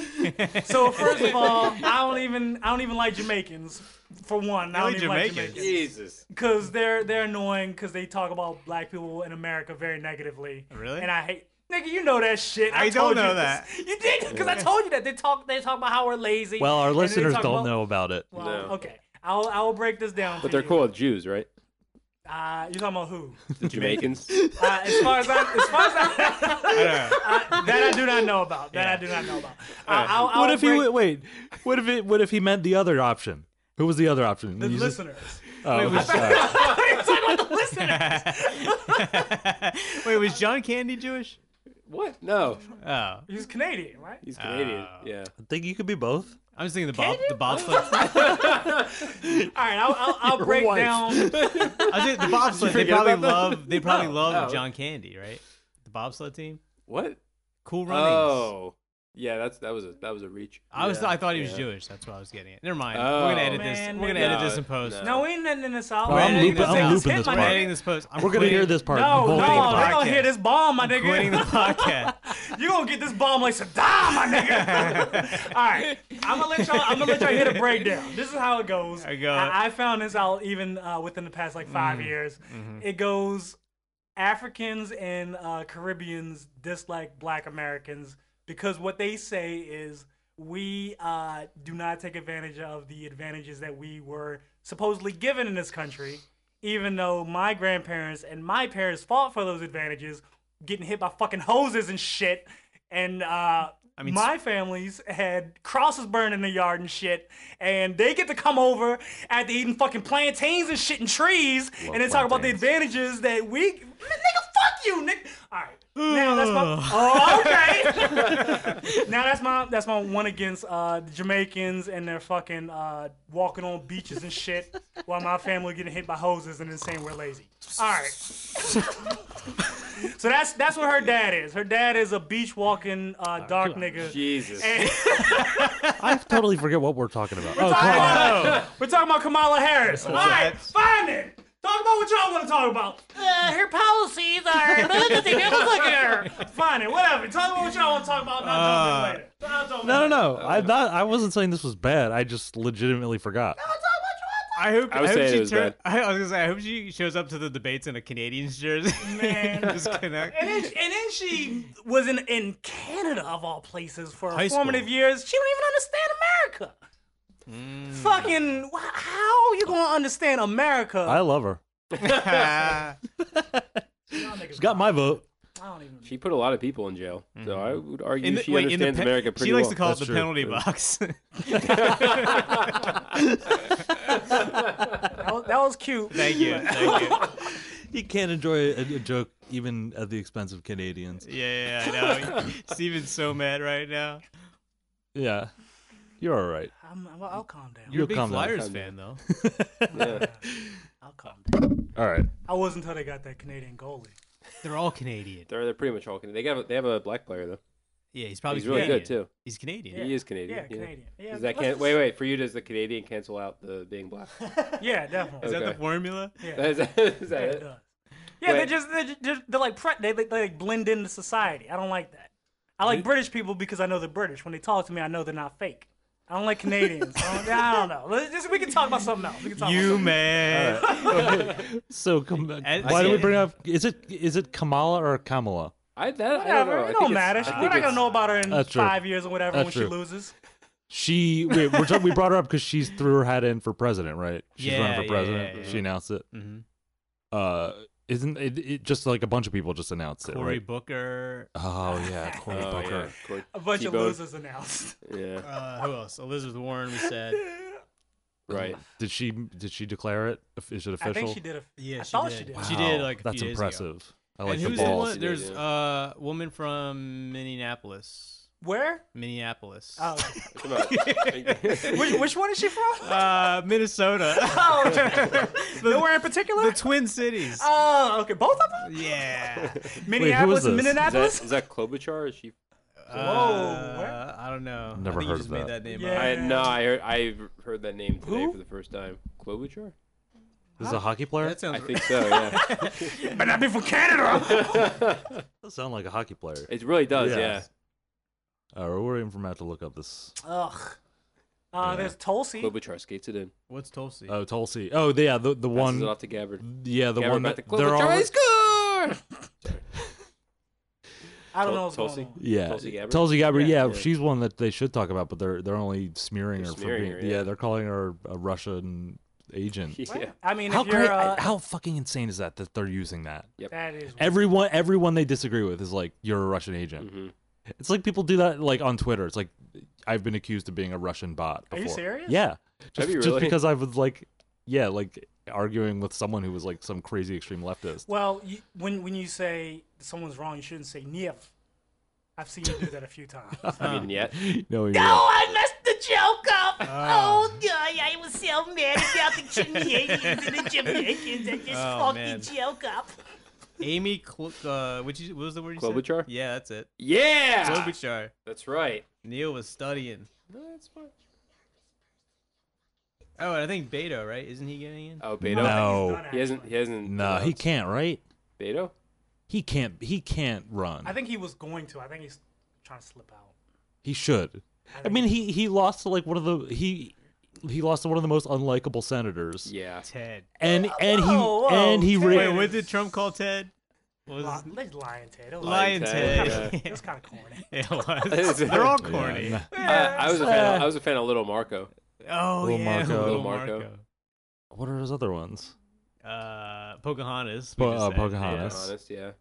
S1: so first of all i don't even i don't even like jamaicans for one i don't
S2: Really
S1: even like jamaicans
S2: Jamaicans?
S3: Jesus.
S1: because they're they're annoying because they talk about black people in america very negatively
S2: Really?
S1: and i hate Nigga, you know that shit. I,
S2: I
S1: told
S2: don't know
S1: you this.
S2: that.
S1: You did, because I told you that they talk. They talk about how we're lazy.
S4: Well, our
S1: and then they
S4: listeners
S1: talk
S4: don't
S1: about-
S4: know about it.
S1: Well,
S3: No.
S1: okay, I'll I will break this down.
S3: But they're cool with Jews, right?
S1: Uh, you talking about who?
S3: The Jamaicans.
S1: Uh, as far as I, as far as I,
S2: don't know.
S1: I- that I do not know about. That I do not know about. I- I'll, I'll
S4: What if he
S1: break-
S4: wa- wait? What if it? What if he meant the other option? Who was the other option?
S1: the
S4: You just-
S1: listeners?
S4: oh, okay,
S2: was-
S4: sorry.
S1: It's about the listeners.
S2: Wait, was John Candy Jewish?
S3: what? No,
S2: Oh,
S1: He's Canadian, right?
S3: he's Canadian. yeah.
S4: I think you could be both.
S2: I was thinking the Bob, the bobsled.
S1: All right, I'll, I'll, I'll break
S4: wife.
S1: down.
S2: I was thinking the bobsled. They
S3: forget
S2: probably
S3: about that?
S2: love. They probably
S3: No,
S2: love
S3: no.
S2: John Candy, right? The bobsled team.
S3: What?
S2: Cool runnings.
S3: Oh, yeah. That's that was a that was a reach.
S2: I was.
S3: Yeah.
S2: I thought he was
S3: Yeah.
S2: Jewish. That's what I was getting at. Never mind.
S3: Oh.
S2: We're gonna edit
S1: Man,
S2: this. We're gonna
S1: no,
S2: edit this in post.
S3: no.
S1: No, we ain't ending this out.
S4: Well,
S1: We're
S4: I'm
S1: editing
S4: looping-
S1: this
S4: I'm
S1: out.
S4: looping
S1: Hit
S4: this
S1: my
S2: I'm
S4: part.
S1: nigga.
S2: editing this post. I'm
S4: We're gonna hear
S2: quitting-
S4: this part.
S1: No, no,
S4: We're
S1: they're
S4: voting
S2: the
S1: gonna
S2: podcast.
S1: hit this bomb, my
S2: Quitting the
S1: nigga.
S2: podcast.
S1: You're gonna get this bomb like Saddam, my nigga. All right, I'm gonna let y'all. I'm gonna let y'all hit a breakdown. This is how it goes.
S2: I got it.
S1: I, I found this out even uh, within the past like 5
S2: Mm-hmm.
S1: years. It goes Africans and uh, Caribbeans dislike Black Americans because what they say is we uh, do not take advantage of the advantages that we were supposedly given in this country, even though my grandparents and my parents fought for those advantages, getting hit by fucking hoses and shit. And uh,
S2: I mean,
S1: my families had crosses burned in the yard and shit, and they get to come over after eating fucking plantains and shit and trees, and then talk about the advantages that we. Man, nigga, fuck you, nigga. All right, now that's my. Oh, okay. now that's my that's my one against uh, the Jamaicans and their fucking uh, walking on beaches and shit, while my family getting hit by hoses and then saying we're lazy. All right. So that's that's what her dad is. Her dad is a beach walking uh, dark nigga.
S3: Jesus.
S2: Eh.
S1: And-
S4: I totally forget what we're talking about. Oh,
S1: I
S4: come on.
S1: know. We're talking about Kamala Harris. All right, find it. Talk about what y'all want to talk about. Uh, her policies are. look at her. Find it. Whatever. Talk about what y'all want to talk about. and I'll jump in later. I'll jump in
S4: No, no,
S1: later.
S4: no. I not, I wasn't saying this was bad. I just legitimately forgot.
S2: I hope.
S3: I would
S2: hope
S3: say it
S2: she
S3: was
S2: turn-
S3: bad.
S2: I, I was gonna say. I hope she shows up to the debates in a Canadian's jersey.
S1: Man.
S2: Just connect.
S1: And then, and then she was in, in Canada, of all places, for her
S2: High school.
S1: formative years. She don't even understand America. Fucking, wh- how you going to understand America?
S4: I love her.
S2: Ah.
S1: Y'all niggas
S4: Got my vote.
S1: I don't even.
S3: She put a lot of people in jail, so I would
S2: Mm-hmm.
S3: argue
S2: In the-
S3: she
S2: wait, in the
S3: understands
S2: pe-
S3: America pretty
S2: She likes
S3: well.
S2: to call
S4: That's
S2: it the
S4: true.
S2: penalty box.
S1: That was, that was cute.
S2: Thank you. Thank you.
S4: You can't enjoy a, a joke even at the expense of Canadians.
S2: Yeah, yeah, I know. Steven's so mad right now.
S4: Yeah, you're all right.
S1: I'm, I'm, I'll calm down.
S2: You're
S4: You'll
S2: a big
S4: come down.
S2: Flyers
S3: Come
S2: fan, though.
S1: I'll calm down.
S4: All right.
S1: I was until they got that Canadian goalie.
S2: They're all Canadian.
S3: They're, they're pretty much all Canadian. They have a, they have a black player though.
S2: Yeah, he's probably
S3: He's really
S2: Canadian.
S3: good too.
S2: He's Canadian.
S1: Yeah.
S3: He is Canadian.
S1: Yeah, Canadian. Yeah,
S3: Does that
S1: let's
S3: can
S1: just-
S3: wait wait for you? Does the Canadian cancel out the being black?
S1: Yeah, definitely.
S2: Is that the
S3: Okay.
S2: formula?
S1: Yeah,
S3: is that, is that
S1: it
S3: it?
S1: does. Yeah, they're
S3: Wait.
S1: just they're, just, they're like pre- they, they, they like blend into society. I don't like that. I like British people because I know they're British. When they talk to me, I know they're not fake. I don't like Canadians. I, don't, I don't know. Let's just, we can talk about something else. We can talk about
S2: You
S1: something.
S2: man.
S4: So com-
S2: And-
S4: why do we bring up? Is it is it Kamala or Kamala?
S3: I that I don't
S1: Whatever.
S3: know. I
S1: it
S3: think
S1: don't
S3: it's-
S1: matter.
S3: I
S1: She-
S3: think
S1: We're not
S3: it's-
S1: gonna know about her in
S4: That's true.
S1: five years or whatever
S4: That's
S1: when she
S4: true.
S1: loses.
S4: She wait, we're talking, we brought her up because she's threw her hat in for president, right? She's
S2: Yeah,
S4: running for
S2: yeah,
S4: president.
S2: yeah, yeah.
S4: She announced it.
S2: Mhm.
S4: Uh, isn't it, it just like a bunch of people just announced it,
S2: Cory
S4: right?
S2: Booker.
S4: Oh yeah, Cory
S3: Oh, yeah.
S4: Booker.
S3: Cory-
S1: A bunch
S3: T-Bone.
S1: of losers announced.
S3: Yeah.
S2: Uh, who else? Elizabeth Warren. We said.
S3: Right.
S4: Did she did she declare it? Is it official?
S1: I think she did. A,
S2: Yeah,
S1: I
S2: she
S1: thought
S2: did.
S1: she did.
S2: She did
S4: Wow,
S2: like a
S4: that's
S2: few days ago.
S4: impressive. I like
S2: and
S4: the
S2: who's
S4: balls.
S2: the one? There's
S3: Yeah.
S2: a uh, woman from Minneapolis.
S1: where?
S2: Minneapolis.
S1: Oh,
S3: Come on.
S1: which, which one is she from?
S2: Uh, Minnesota.
S1: Oh, nowhere in particular.
S2: the Twin Cities.
S1: Oh, okay, both of them.
S2: Yeah.
S1: Minneapolis and
S4: this? Is
S3: is, that,
S1: Minneapolis.
S3: is that Klobuchar? Is she?
S1: Whoa, where?
S2: Uh, I don't know.
S4: Never
S2: I think
S4: heard
S2: you just
S4: of
S2: made that
S4: that.
S2: name
S1: Yeah.
S2: up.
S3: I no. I heard. I heard that name today
S1: Who?
S3: for the first time. Klobuchar.
S4: This is a hockey player.
S2: That sounds
S3: I think so. Yeah.
S1: But I'd be from Canada.
S4: does sound like a hockey player.
S3: it really does.
S4: Yeah.
S3: Yeah.
S4: Uh, we're even from out to look up this.
S1: Ugh. Uh, There's Tulsi.
S3: Klobuchar skates it in.
S2: What's Tulsi?
S4: Oh, Tulsi. Oh, yeah, the the
S3: Passes
S4: one.
S3: it off to Gabbard.
S4: Yeah, the
S3: Gabbard
S4: one
S3: back
S4: that
S3: to
S4: they're
S3: Klobuchar.
S4: all.
S3: He scored!
S1: I don't
S3: Tul-
S1: know what's
S3: Tulsi?
S1: going on.
S4: Yeah,
S3: Tulsi Gabbard?
S4: Tulsi Gabbard.
S1: Yeah.
S4: Yeah,
S3: Yeah.
S4: she's one that they should talk about, but they're they're only smearing
S3: They're
S4: her for
S3: smearing
S4: being.
S3: her,
S4: yeah.
S3: yeah.
S4: they're calling her a Russian agent.
S3: Yeah.
S1: I mean,
S4: How
S1: if you're,
S4: cra-
S1: uh,
S4: how fucking insane is that that they're using that?
S1: that is
S4: Everyone everyone they disagree with is like you're a Russian agent.
S3: Mhm.
S4: It's like people do that like on Twitter. It's like I've been accused of being a Russian bot.
S1: Are you
S4: Before.
S1: serious?
S4: Yeah,
S3: Have
S4: just,
S3: you
S4: just
S3: really?
S4: because I was like, yeah, like arguing with someone who was like some crazy extreme leftist.
S1: Well, you, when when you say someone's wrong, you shouldn't say "niev." I've seen you do that a few times.
S3: I
S4: Uh,
S3: mean, yet.
S4: No, you're
S5: Oh, I messed the joke up.
S2: Ah.
S5: Oh, God, I was so mad about the Canadians and the Jamaicans. I just
S2: Oh,
S5: fucked
S2: man.
S5: the joke up.
S2: Amy. Cl- uh, what, you, what was the word you
S3: Klobuchar?
S2: said? Yeah, that's it.
S1: Ah.
S3: Yeah.
S2: Klobuchar.
S3: That's right.
S2: Neil was studying.
S3: That's fine.
S2: Oh, and I think Beto, right? Isn't he getting
S1: Uh,
S2: in?
S3: Oh, Beto.
S4: no,
S3: He hasn't. He hasn't.
S4: no, he
S3: announced.
S4: can't. Right?
S3: Beto.
S4: He can't. He can't run.
S1: I think he was going to. I think he's trying to slip out.
S4: he should. I mean, he he lost to like one of the he he lost to one of the most unlikable senators.
S3: Yeah.
S2: Ted.
S4: And and he
S1: whoa,
S4: and he
S1: Ted.
S4: ra-
S2: Wait, what did Trump call Ted? What was
S1: Li-
S2: his-
S1: Let's lie and Ted. It was-
S2: Lion
S3: Lion Ted,
S2: Ted.
S1: It was kind of corny.
S2: Yeah, it was. They're all corny.
S4: Yeah.
S3: I, I was a fan. Of, I was a fan of Little Marco.
S2: Oh
S4: Little
S2: yeah,
S4: Marco.
S2: Little
S3: Little
S2: Marco.
S3: Marco.
S4: What are his other ones?
S2: Uh, Pocahontas. we
S4: Po-
S2: just
S4: uh,
S2: said, yeah.
S4: Pocahontas.
S3: Honest, yeah.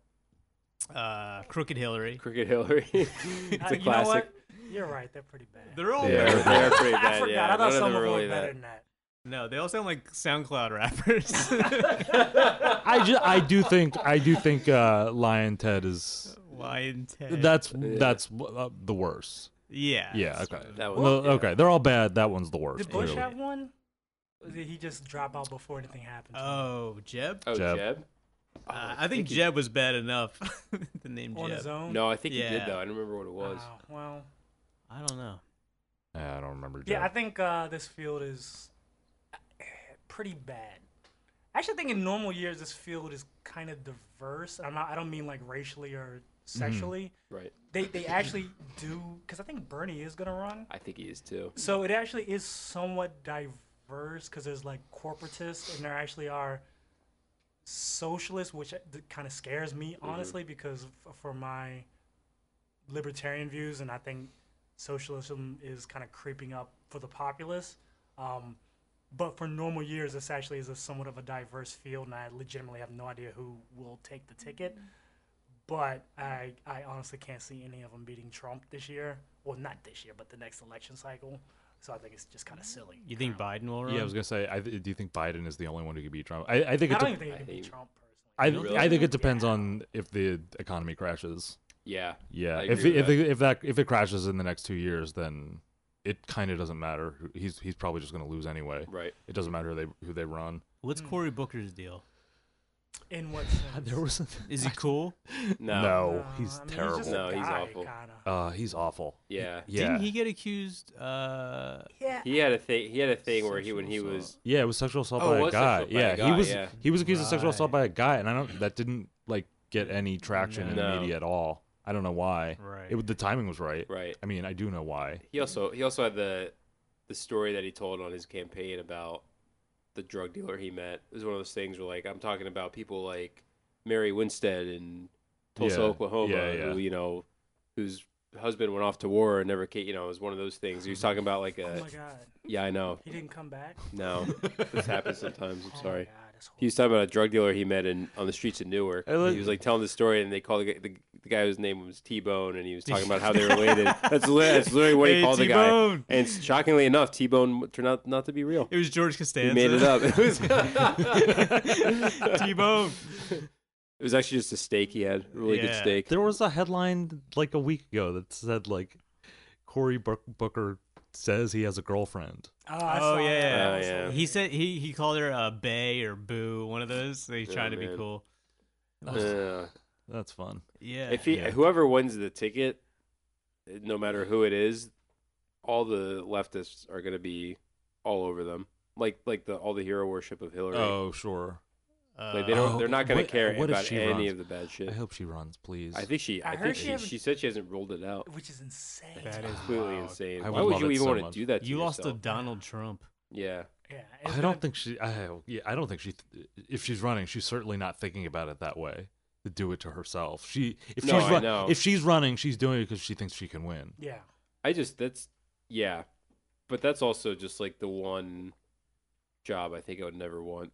S2: Uh, Crooked Hillary.
S3: Crooked Hillary. it's
S1: Uh,
S3: a
S1: you know
S3: classic.
S1: what? You're right. They're pretty bad.
S2: They're all
S3: They're,
S4: Yeah.
S3: they're pretty
S1: I
S3: bad.
S1: forgot.
S3: yeah.
S1: I
S3: None
S1: thought
S3: of them
S1: some
S3: are
S1: of them
S3: really
S1: were better
S3: that.
S1: than that.
S2: no, they all sound like SoundCloud rappers.
S4: I ju- I do think I do think uh, Lion Ted is
S2: Lion Ted.
S4: that's that's uh, the worst.
S2: yeah.
S4: Yeah, okay.
S3: That one.
S4: No,
S3: yeah.
S4: okay, they're all bad. That one's the worst.
S1: Did Bush
S4: clearly.
S1: have one? Or did he just drop out before anything happened?
S3: Uh,
S2: Oh, Jeb.
S3: Oh,
S4: Jeb.
S3: Jeb. Oh,
S4: Oh,
S2: Uh, I think Jeb was bad enough. the name
S1: on
S2: Jeb.
S1: his own?
S3: No, I think he
S2: Yeah.
S3: did though. I don't remember what it was.
S1: Wow, well,
S2: I don't know.
S4: Yeah, I don't remember.
S1: yeah, I
S4: Jeff.
S1: think uh, this field is uh, pretty bad. I actually think in normal years this field is kind of diverse. I'm not. I don't mean like racially or sexually.
S3: Right.
S1: They they actually do because I think Bernie is gonna run.
S3: I think he is too.
S1: So it actually is somewhat diverse because there's like corporatists and there actually are socialists, which kind of scares me honestly because f- for my libertarian views and I think socialism is kind of creeping up for the populace. Um, but for normal years, this actually is a somewhat of a diverse field, and I legitimately have no idea who will take the ticket. But I, I honestly can't see any of them beating Trump this year. Well, not this year, but the next election cycle. So I think it's just kind of silly.
S2: You think Biden will run?
S4: Yeah, I was gonna say. I th- do you think Biden is the only one who could beat Trump? I, I think
S1: I
S4: it.
S1: don't
S4: De-
S1: even think it
S3: I
S1: can beat
S3: think-
S1: Trump personally.
S4: I,
S3: Really?
S4: I think it depends on if the economy crashes.
S3: Yeah.
S4: Yeah,
S3: I
S4: if
S3: agree
S4: it, if
S3: with
S4: it, if that if it crashes in the next two years, then it kind of doesn't matter. who- He's he's probably just gonna lose anyway.
S3: Right.
S4: It doesn't matter who they who they run.
S2: What's
S1: Hmm.
S2: Cory Booker's deal?
S1: In what sense?
S4: There was
S2: Is he cool?
S3: No.
S1: Uh,
S4: no, he's
S1: I mean,
S4: terrible.
S1: just a
S3: No, he's
S1: guy,
S3: awful.
S1: kinda.
S4: Uh, he's awful.
S3: Yeah.
S4: Yeah,
S2: Didn't he get accused? Uh,
S1: Yeah.
S3: He had a thing. He had a thing where he when
S2: Sexual
S3: he
S2: assault.
S3: was
S4: yeah, it was sexual assault
S3: Oh, it
S4: by a
S3: was
S4: guy.
S3: sexual assault by a
S4: Yeah, he
S3: guy,
S4: was
S3: yeah.
S4: he was accused of sexual assault
S2: Right.
S4: by a guy, and I don't that didn't like get any traction in the
S3: No.
S4: media at all. I don't know why.
S2: Right.
S4: It the timing was right.
S3: right.
S4: I mean, I do know why.
S3: He also he also had the the story that he told on his campaign about the drug dealer he met. It was one of those things where like I'm talking about people like Mary Winstead in Tulsa,
S4: Yeah.
S3: Oklahoma,
S4: Yeah, yeah.
S3: who you know whose husband went off to war and never came. You know, it was one of those things. He was talking about like
S1: Oh
S3: a
S1: my God.
S3: yeah, I know.
S1: He didn't come back.
S3: No, this happens sometimes. I'm
S1: Oh my
S3: sorry.
S1: God, asshole.
S3: He was talking about a drug dealer he met in on the streets of Newark.
S4: I like-
S3: he was like telling the story, and they called the, guy- the, the guy whose name was T Bone, and he was talking about how they're related. That's, li- that's literally what
S2: Hey,
S3: he called the
S2: T-Bone.
S3: guy. And shockingly enough, T Bone turned out not to be real.
S2: It was George Costanza.
S3: He made it up. It was,
S2: T Bone.
S3: it was actually just a steak he had, really good
S2: Yeah.
S3: steak.
S4: There was a headline like a week ago that said like Cory Book- Booker says he has a girlfriend.
S1: Oh, I
S2: Oh
S1: saw that.
S2: yeah,
S3: Oh, yeah.
S2: He said he he called her a bay or boo, one of those. They
S3: Oh,
S2: tried to be
S3: man.
S2: cool.
S3: Yeah.
S4: That's fun.
S2: Yeah.
S3: if he,
S4: Yeah.
S3: whoever wins the ticket, no matter who it is, all the leftists are going to be all over them, like like the all the hero worship of Hillary.
S4: Oh sure.
S2: Uh,
S3: Like they don't,
S4: Oh,
S3: they're not going
S4: what-
S3: to care
S4: what if
S3: about
S4: she
S3: any
S4: runs?
S3: of the bad shit.
S4: I hope she runs, please.
S3: I think she.
S1: I
S3: I,
S1: heard
S3: think
S1: she
S3: she,
S1: hasn't-
S3: she said she hasn't ruled it out.
S1: Which is insane.
S2: That
S3: It's
S2: is
S3: completely
S2: wild.
S3: insane.
S4: I
S3: Why
S4: would
S3: would
S4: love
S3: you
S4: it
S3: even
S4: so
S3: want
S4: much.
S3: to do that? To
S2: you lost to
S3: yourself?
S2: Donald Trump.
S3: Yeah,
S1: yeah, it's
S4: I don't
S1: gonna-
S4: think she. I yeah. I don't think she. Th- if she's running, she's certainly not thinking about it that way. To do it to herself. She. If
S3: No,
S4: she's
S3: I
S4: run-
S3: know.
S4: if she's running, she's doing it because she thinks she can win.
S1: Yeah,
S3: I just that's yeah, but that's also just like the one job I think I would never want.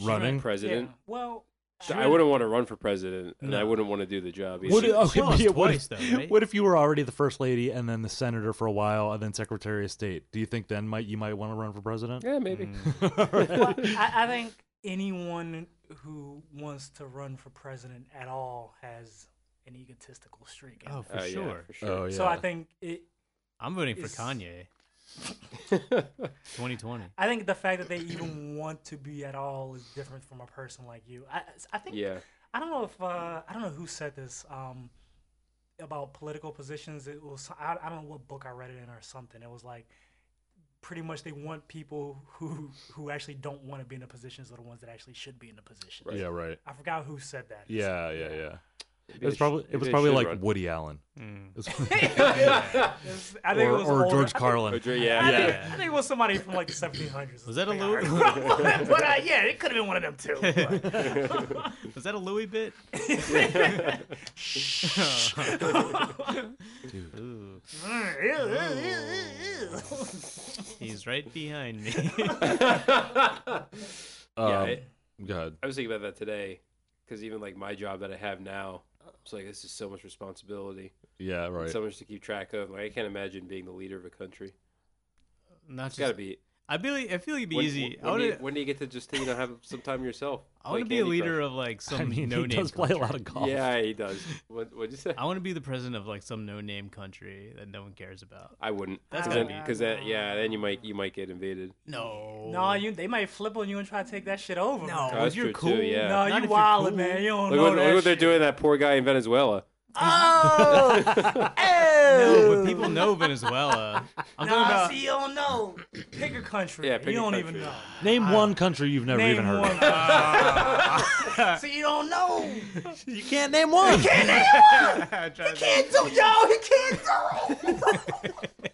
S4: Running.
S3: president.
S1: yeah. Well,
S3: So I
S1: sure.
S3: wouldn't want to run for president, and I
S2: No.
S3: wouldn't want to do the job. Either.
S4: What,
S2: She-
S4: okay,
S2: she lost
S4: yeah, what if-
S2: twice, though, right?
S4: what if you were already the first lady and then the senator for a while and then secretary of state? Do you think then might you might want to run for president?
S3: yeah, maybe.
S2: Mm.
S1: well, I, I think anyone who wants to run for president at all has an egotistical streak. in
S2: Oh,
S1: them.
S2: for
S3: Oh, yeah,
S2: sure.
S4: Oh
S3: for sure.
S4: yeah.
S1: So I think it.
S2: I'm voting for
S1: It's-
S2: Kanye. 2020.
S1: I think the fact that they even want to be at all is different from a person like you. I, I think
S3: yeah,
S1: I don't know if uh, I don't know who said this um, about political positions. It was I, I don't know what book I read it in or something. It was like pretty much they want people who who actually don't want to be in the positions are the ones that actually should be in the position.
S3: Right.
S4: Yeah. Right.
S1: I forgot who said that.
S4: Yeah. Yeah. Yeah.
S3: Maybe
S4: It was
S3: they sh-
S4: probably
S3: maybe
S4: it was
S3: they
S4: probably
S3: should
S4: like
S3: run.
S4: Woody Allen.
S2: Mm.
S1: It's- I think it
S4: or
S1: was
S4: or
S1: older-
S4: George
S3: Or
S4: Carlin.
S3: Oh, dr-
S1: I
S3: Yeah,
S1: think,
S2: Yeah.
S1: I think it was somebody from like the 1700s.
S2: Was that a
S1: I
S2: Louis?
S1: heard. but uh, yeah, it could have been one of them too. but- uh,
S2: Was that a Louis bit?
S1: Mm, ew, ew, ew, ew, ew.
S2: He's right behind me.
S3: yeah.
S4: Um,
S3: I-
S4: go ahead.
S3: I was thinking about that today because even like my job that I have now, it's like this is so much responsibility,
S4: Yeah.
S3: and
S4: Right.
S3: so much to keep track of. Like I can't imagine being the leader of a country.
S2: Not
S3: It's got to
S2: just.
S3: be.
S2: I feel. Like, I feel like it'd be
S3: When,
S2: easy.
S3: When,
S2: I
S3: do you,
S2: want to.
S3: when do you get to just you know have some time yourself?
S2: I want to
S3: Like
S2: be a
S3: Candy
S2: leader
S3: Crush.
S2: of like some
S4: I mean,
S2: no
S4: he
S2: name.
S4: does play a lot of golf.
S3: Yeah, he does. What what'd you say?
S2: I want to be the president of like some no-name country that no one cares about.
S3: I wouldn't.
S2: That's
S3: because
S2: gotta be-
S3: because that yeah. Then you might you might get invaded.
S2: No.
S1: No, you they might flip on you and try to take that shit over.
S2: No,
S1: man.
S3: Oh, that's
S2: you're
S3: true,
S2: cool.
S3: too, yeah.
S1: no,
S2: Not if
S1: you
S2: you're
S1: wild
S2: cool.
S1: man. You don't
S3: Look
S1: know
S3: what,
S1: that.
S3: look what they're
S1: shit.
S3: doing to that poor guy in Venezuela.
S1: Oh,
S2: No,
S1: oh.
S2: but people know Venezuela. I'm
S1: Nah,
S2: talking about.
S1: see, you don't know. Pick a country.
S3: Yeah,
S1: man.
S3: pick
S1: you
S3: a
S1: don't
S3: country.
S1: even know.
S4: Name one country you've never
S1: Name
S4: even heard
S1: one.
S4: of.
S1: see, you don't know.
S4: You can't name one.
S2: I tried that.
S1: Can't do, yo. He can't do.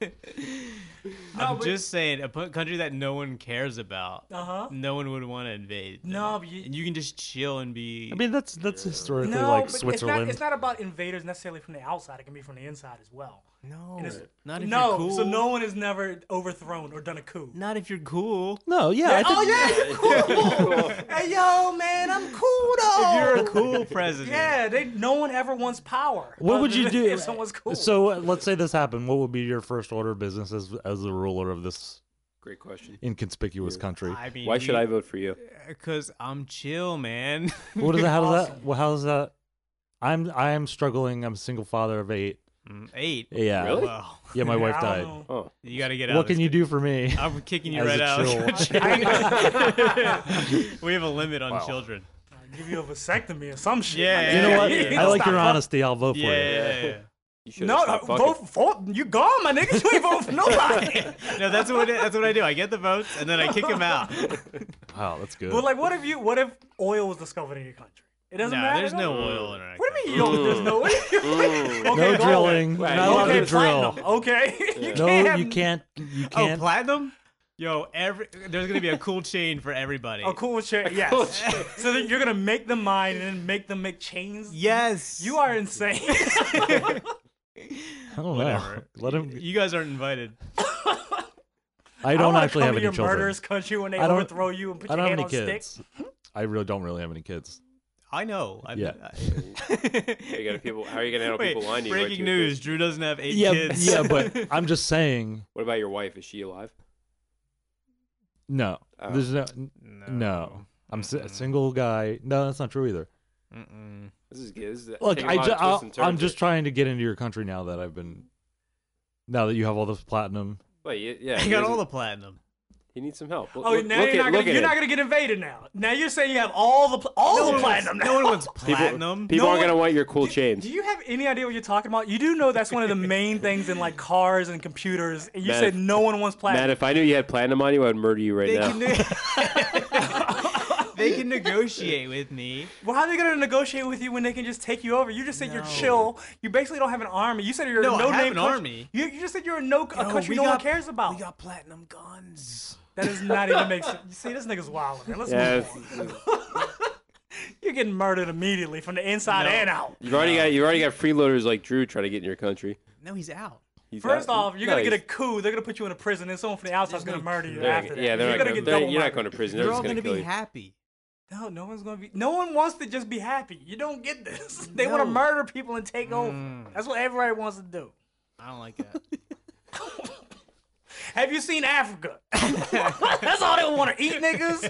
S1: it.
S2: I'm
S1: but-
S2: just saying, a pu- country that no one cares about,
S1: Uh huh.
S2: no one would want to invade. them.
S1: No, but you-
S2: and you can just chill and be.
S4: I mean, that's that's historically
S1: No,
S4: like
S1: but
S4: Switzerland.
S1: It's not, it's not about invaders necessarily from the outside. It can be from the inside as well.
S2: no,
S1: it is-
S2: not if
S1: no,
S2: you're cool.
S1: so no one has never overthrown or done a coup.
S2: not if you're cool.
S4: no, yeah, I think,
S1: oh yeah, you're cool. hey yo, man, I'm cool though.
S2: If you're a cool president,
S1: Yeah, they. No one ever wants power.
S4: What would
S1: other
S4: you
S1: than
S4: do
S1: if someone's cool?
S4: So uh, let's say this happened. What would be your first order of business as as the ruler of this
S3: Great question.
S4: inconspicuous country?
S2: I mean,
S3: Why should I vote for you?
S2: Because I'm chill, man.
S4: What is that? How does that? Well, how does that? I'm I am struggling. I'm a single father of eight.
S2: Mm, Eight.
S4: Yeah,
S3: Really?
S2: Wow.
S4: yeah. My wife
S1: I
S4: died.
S1: don't know.
S3: Oh,
S2: You got to get out.
S4: What
S2: of this
S4: can you do for me?
S2: I'm kicking you
S4: As
S2: right
S4: a
S2: out.
S4: chill.
S2: we have a limit on children.
S1: I'll give you a vasectomy or some shit.
S2: Yeah,
S1: I mean,
S4: You know what?
S1: you
S4: I
S1: don't
S4: like
S1: stop
S4: your
S1: fuck-
S4: honesty. I'll vote
S2: Yeah,
S4: for you.
S2: yeah, yeah.
S3: you should.
S1: No,
S3: have
S1: no,
S3: stopped fucking.
S1: vote, vote. You gone, my nigga. You ain't voting for nobody.
S2: No, that's what that's what I do. I get the votes and then I kick them out.
S4: Wow, that's good.
S1: but like, what if you? What if oil was discovered in your country? It doesn't
S2: No,
S1: matter.
S2: there's
S1: at all.
S2: no oil in it.
S1: What do you mean you don't? There's no. okay,
S4: no
S1: gold.
S4: drilling.
S3: Right,
S4: Not allowed
S1: Okay,
S4: to drill.
S1: platinum. Okay. you
S4: No,
S1: can't
S4: you
S1: have-
S4: can't. You
S2: Oh,
S4: can't.
S2: platinum? Yo, every there's gonna be a cool chain for everybody.
S1: A Oh, cool chain. Yes. so then you're gonna make them mine and then make them make chains.
S2: Yes,
S1: You are insane.
S4: I don't know.
S2: Whatever.
S4: Let him.
S2: You guys aren't invited.
S4: I don't actually have any
S1: your
S4: children.
S1: murderous country when they
S4: I don't-
S1: overthrow you and put
S4: I
S1: your
S4: don't
S1: hand
S4: have any
S1: on sticks.
S4: kids. I really don't really have any kids.
S2: I know. I'm,
S4: Yeah.
S2: I,
S3: You gotta people. How are you gonna handle
S2: Wait,
S3: people lying to you? about
S2: breaking
S3: your
S2: news:
S3: kids?
S2: Drew doesn't have eight
S4: yeah,
S2: kids.
S4: yeah, but I'm just saying.
S3: What about your wife? Is she alive?
S4: No,
S3: Oh.
S4: there's no. n- No, I'm s- a single guy. No, that's not true either.
S2: Mm-mm.
S3: This is good. This is
S4: Look,
S3: taking a
S4: I
S3: lot of twists
S4: ju-
S3: and
S4: I, am
S3: turns
S4: just
S3: here.
S4: trying to get into your country now that I've been. Now that you have all this platinum,
S3: Wait, y- yeah,
S2: I
S3: he
S2: got all
S3: doesn't-
S2: the platinum.
S3: He needs some help. Look,
S1: Oh,
S3: look,
S1: now you're
S3: look at,
S1: not gonna,
S3: look at
S1: you're not
S3: it.
S1: gonna get invaded now. Now you're saying you have all the pl- all the
S2: one
S1: platinum.
S2: wants-
S1: now.
S2: No one wants
S3: People,
S2: platinum.
S3: people
S1: No
S3: aren't
S1: one-
S3: gonna want your cool
S1: do,
S3: chains.
S1: Do you have any idea what you're talking about? You do know that's one of the main things in like cars and computers. And you
S3: Matt,
S1: said
S3: if-
S1: no one wants
S3: Matt,
S1: platinum.
S3: if I knew you had platinum on you, I'd murder you right
S2: they
S3: now.
S2: can ne- they can negotiate with me.
S1: well, how are they gonna negotiate with you when they can just take you over? You just said you're
S2: No.
S1: chill. You basically don't have an army. You said you're
S2: No,
S1: a
S2: I
S1: no
S2: have
S1: name
S2: an
S1: country.
S2: army.
S1: You, you just said you're a no a
S2: Yo,
S1: country
S2: we
S1: no one
S2: got-
S1: cares about.
S2: got platinum guns.
S1: That does not even make sense. You see, this nigga's wild, man. Let's
S3: Yeah,
S1: move on. You're getting murdered immediately from the inside
S2: No.
S1: and out.
S3: you've already got you've already got freeloaders like Drew trying to get in your country.
S2: No, he's out.
S3: He's
S1: First
S3: not-
S1: off, you're
S3: no,
S1: gonna get a
S3: he's-
S1: coup. They're gonna put you in a prison, and someone from the outside's
S2: There's
S1: gonna
S2: no
S1: murder you
S3: they're not
S1: after
S3: gonna-
S1: that.
S3: Yeah, they're
S1: you're gonna,
S3: not gonna-
S1: get
S3: they're-
S1: double
S3: You're not
S1: murdered.
S3: going to prison. They're
S2: You're
S3: just
S2: all
S3: gonna
S2: gonna
S3: kill
S2: be
S3: you.
S2: happy.
S1: No, no one's gonna be. No one wants to just be happy. You don't get this. They want to
S2: No.
S1: murder people and take over.
S2: Mm.
S1: That's what everybody wants to do.
S2: I don't like that.
S1: Have you seen Africa? That's all they want to eat niggas,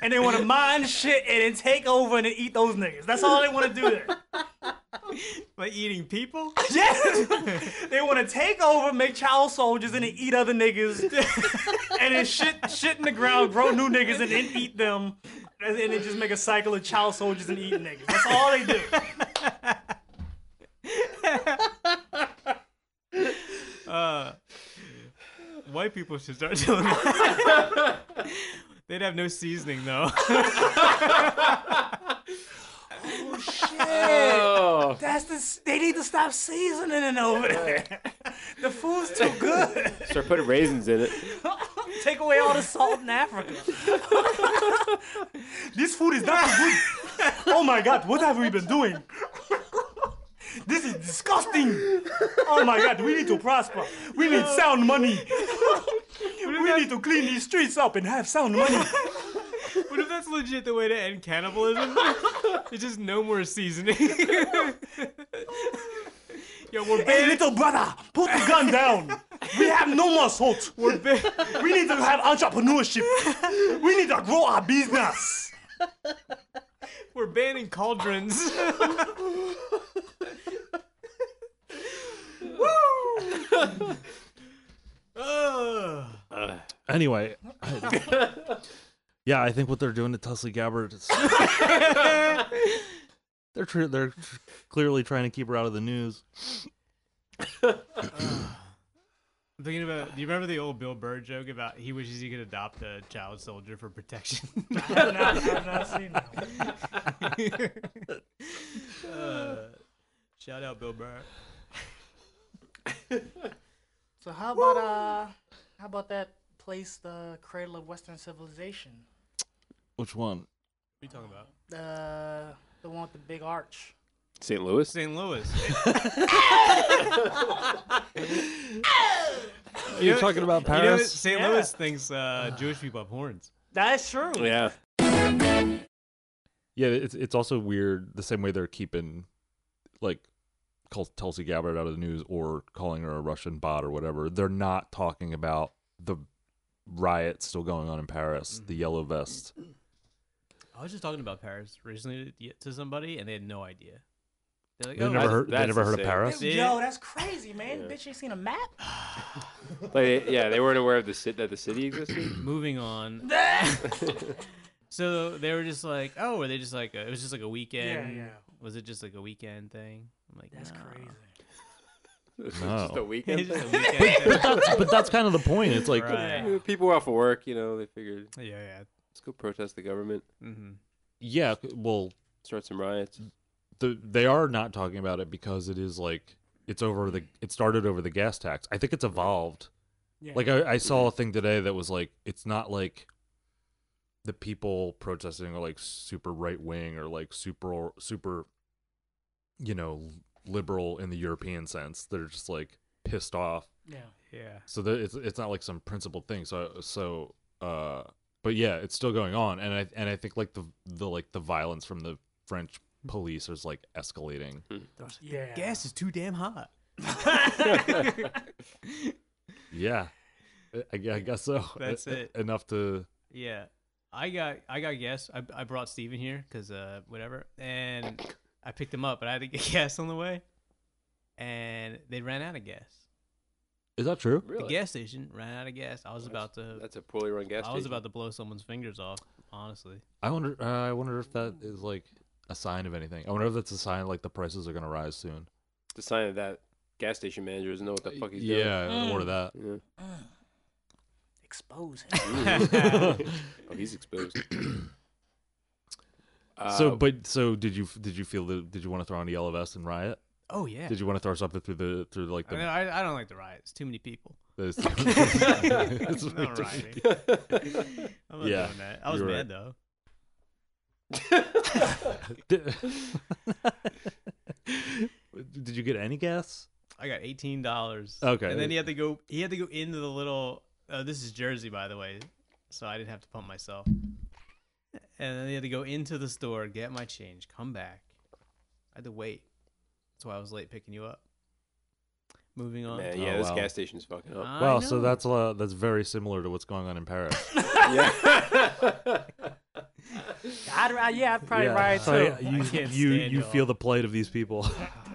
S1: and they want to mine shit and then take over and then eat those niggas. That's all they want to do there.
S2: By eating people?
S1: Yes, they want to take over, make child soldiers, and then eat other niggas, and then shit shit in the ground, grow new niggas, and then eat them, and then just make a cycle of child soldiers and eating niggas. That's all they do.
S2: Uh, white people should start doing that. They'd have no seasoning though.
S1: Shit.
S3: Oh,
S1: That's the. s- They need to stop seasoning it over there. The food's too good.
S3: start putting raisins in it.
S1: Take away all the salt in Africa. this food is not good. Oh my god, what have we been doing? This is disgusting. Oh my god, we need to prosper. We need sound money. We need to clean these streets up and have sound money.
S2: what if that's legit the way to end cannibalism? it's just no more seasoning. Yo, we're
S1: Hey,
S2: banning,
S1: little brother, put the gun down. We have no more salt.
S2: we're, ban-
S1: We need to have entrepreneurship. We need to grow our business.
S2: we're banning cauldrons. Woo!
S4: anyway. yeah, I think what they're doing to Tulsi Gabbard, is, they're tr- they're tr- clearly trying to keep her out of the news.
S2: I'm thinking about. Do you remember the old Bill Burr joke about he wishes he could adopt a child soldier for protection?
S1: I've not, I've not seen that. one.
S2: uh, shout out Bill Burr.
S1: So how about uh, how about that place, the cradle of Western civilization,
S4: Which
S2: What
S4: one?
S2: are you talking about?
S1: uh, the one with the big arch?
S3: St. Louis.
S2: St. Louis.
S4: You're talking about
S2: You know, that
S4: Paris?
S2: St.
S1: Yeah.
S2: Louis thinks uh, Jewish people have horns.
S1: That's true.
S3: Yeah.
S4: Yeah, it's it's also weird the same way they're keeping like call Tulsi Gabbard out of the news or calling her a Russian bot or whatever. They're not talking about the riots still going on in Paris, the yellow vest.
S2: I was just talking about Paris recently to- to somebody, and they had no idea. They're like,
S4: They
S2: oh,
S4: never
S3: that's-
S4: heard they
S3: that's
S4: never heard of
S3: insane.
S4: Paris.
S2: Yeah.
S1: Yo, that's crazy, man. Bitch, you seen a map?
S3: Like, yeah, they weren't aware of the city that the city existed.
S2: moving on. So they were just like, oh, were they just like, it was just like a weekend?
S1: yeah.
S2: Was it just like a weekend thing? I'm like,
S1: That's crazy.
S3: It's
S4: No.
S1: Oh.
S3: Just a
S2: It's
S3: weekend.
S2: just a
S3: thing.
S2: weekend thing.
S4: That's, but that's kind of the point. It's like
S2: Right.
S3: Yeah, People were off of work, you know. They figured
S2: Yeah, yeah.
S3: let's go protest the government,
S2: Mm-hmm.
S4: yeah, well,
S3: start some riots.
S4: the, they are not talking about it because it is like it's over the it started over the gas tax. I think it's evolved.
S1: Yeah.
S4: Like I, I saw a thing today that was like it's not like the people protesting are like super right wing or like super super you know liberal in the European sense. They're just like pissed off
S1: yeah.
S2: Yeah.
S4: so there, it's it's not like some principled thing so so uh but yeah it's still going on and i and i think like the the like the violence from the french police is like escalating
S1: Yeah.
S2: Gas is too damn hot.
S4: yeah I- i, I guess so
S2: That's
S4: E- e-
S2: it.
S4: enough to
S2: Yeah, I got I got gas. I, I brought Steven here because uh whatever, and I picked him up, but I had to get gas on the way, and they ran out of gas.
S4: is that true
S3: Really?
S2: The gas station ran out of gas. I was about to
S3: That's a poorly run gas
S2: I was
S3: station.
S2: about to blow someone's fingers off. Honestly,
S4: i wonder uh, i wonder if that is like a sign of anything i wonder if that's a sign like the prices are gonna rise soon
S3: the sign of that gas station manager doesn't know what the fuck he's
S4: yeah or that
S3: doing.
S1: Expose him.
S3: Yeah. oh, he's exposed.
S2: Mm.
S3: Uh,
S4: so but so did you did you feel the did you want to throw on a yellow vest and riot
S2: oh yeah.
S4: did you want to throw something through the through like
S2: I,
S4: the
S2: mean, I, I don't like the riots. Too many people.
S4: Those
S2: It's
S4: it's
S2: not
S4: like-
S2: rioting. I'm not
S4: Yeah,
S2: doing that. I was
S4: you're
S2: mad
S4: right.
S2: though.
S4: Did, Did you get any gas?
S2: I got eighteen dollars.
S4: Okay.
S2: And then he had to go. He had to go into the little. Uh, this is Jersey, by the way, so I didn't have to pump myself. And then he had to go into the store, get my change, come back. I had to wait. That's why I was late picking you up. Moving on.
S3: man, yeah,
S4: Oh,
S3: this
S4: wow.
S3: gas station's fucking up.
S2: I
S4: Wow, so
S2: know.
S4: that's uh, that's very similar to what's going on in Paris.
S2: Ah.
S1: I'd, ri- yeah, I'd probably ride too.
S4: So
S2: I
S4: you
S2: can't
S4: you,
S2: stand
S4: you
S2: y'all.
S4: feel the plight of these people.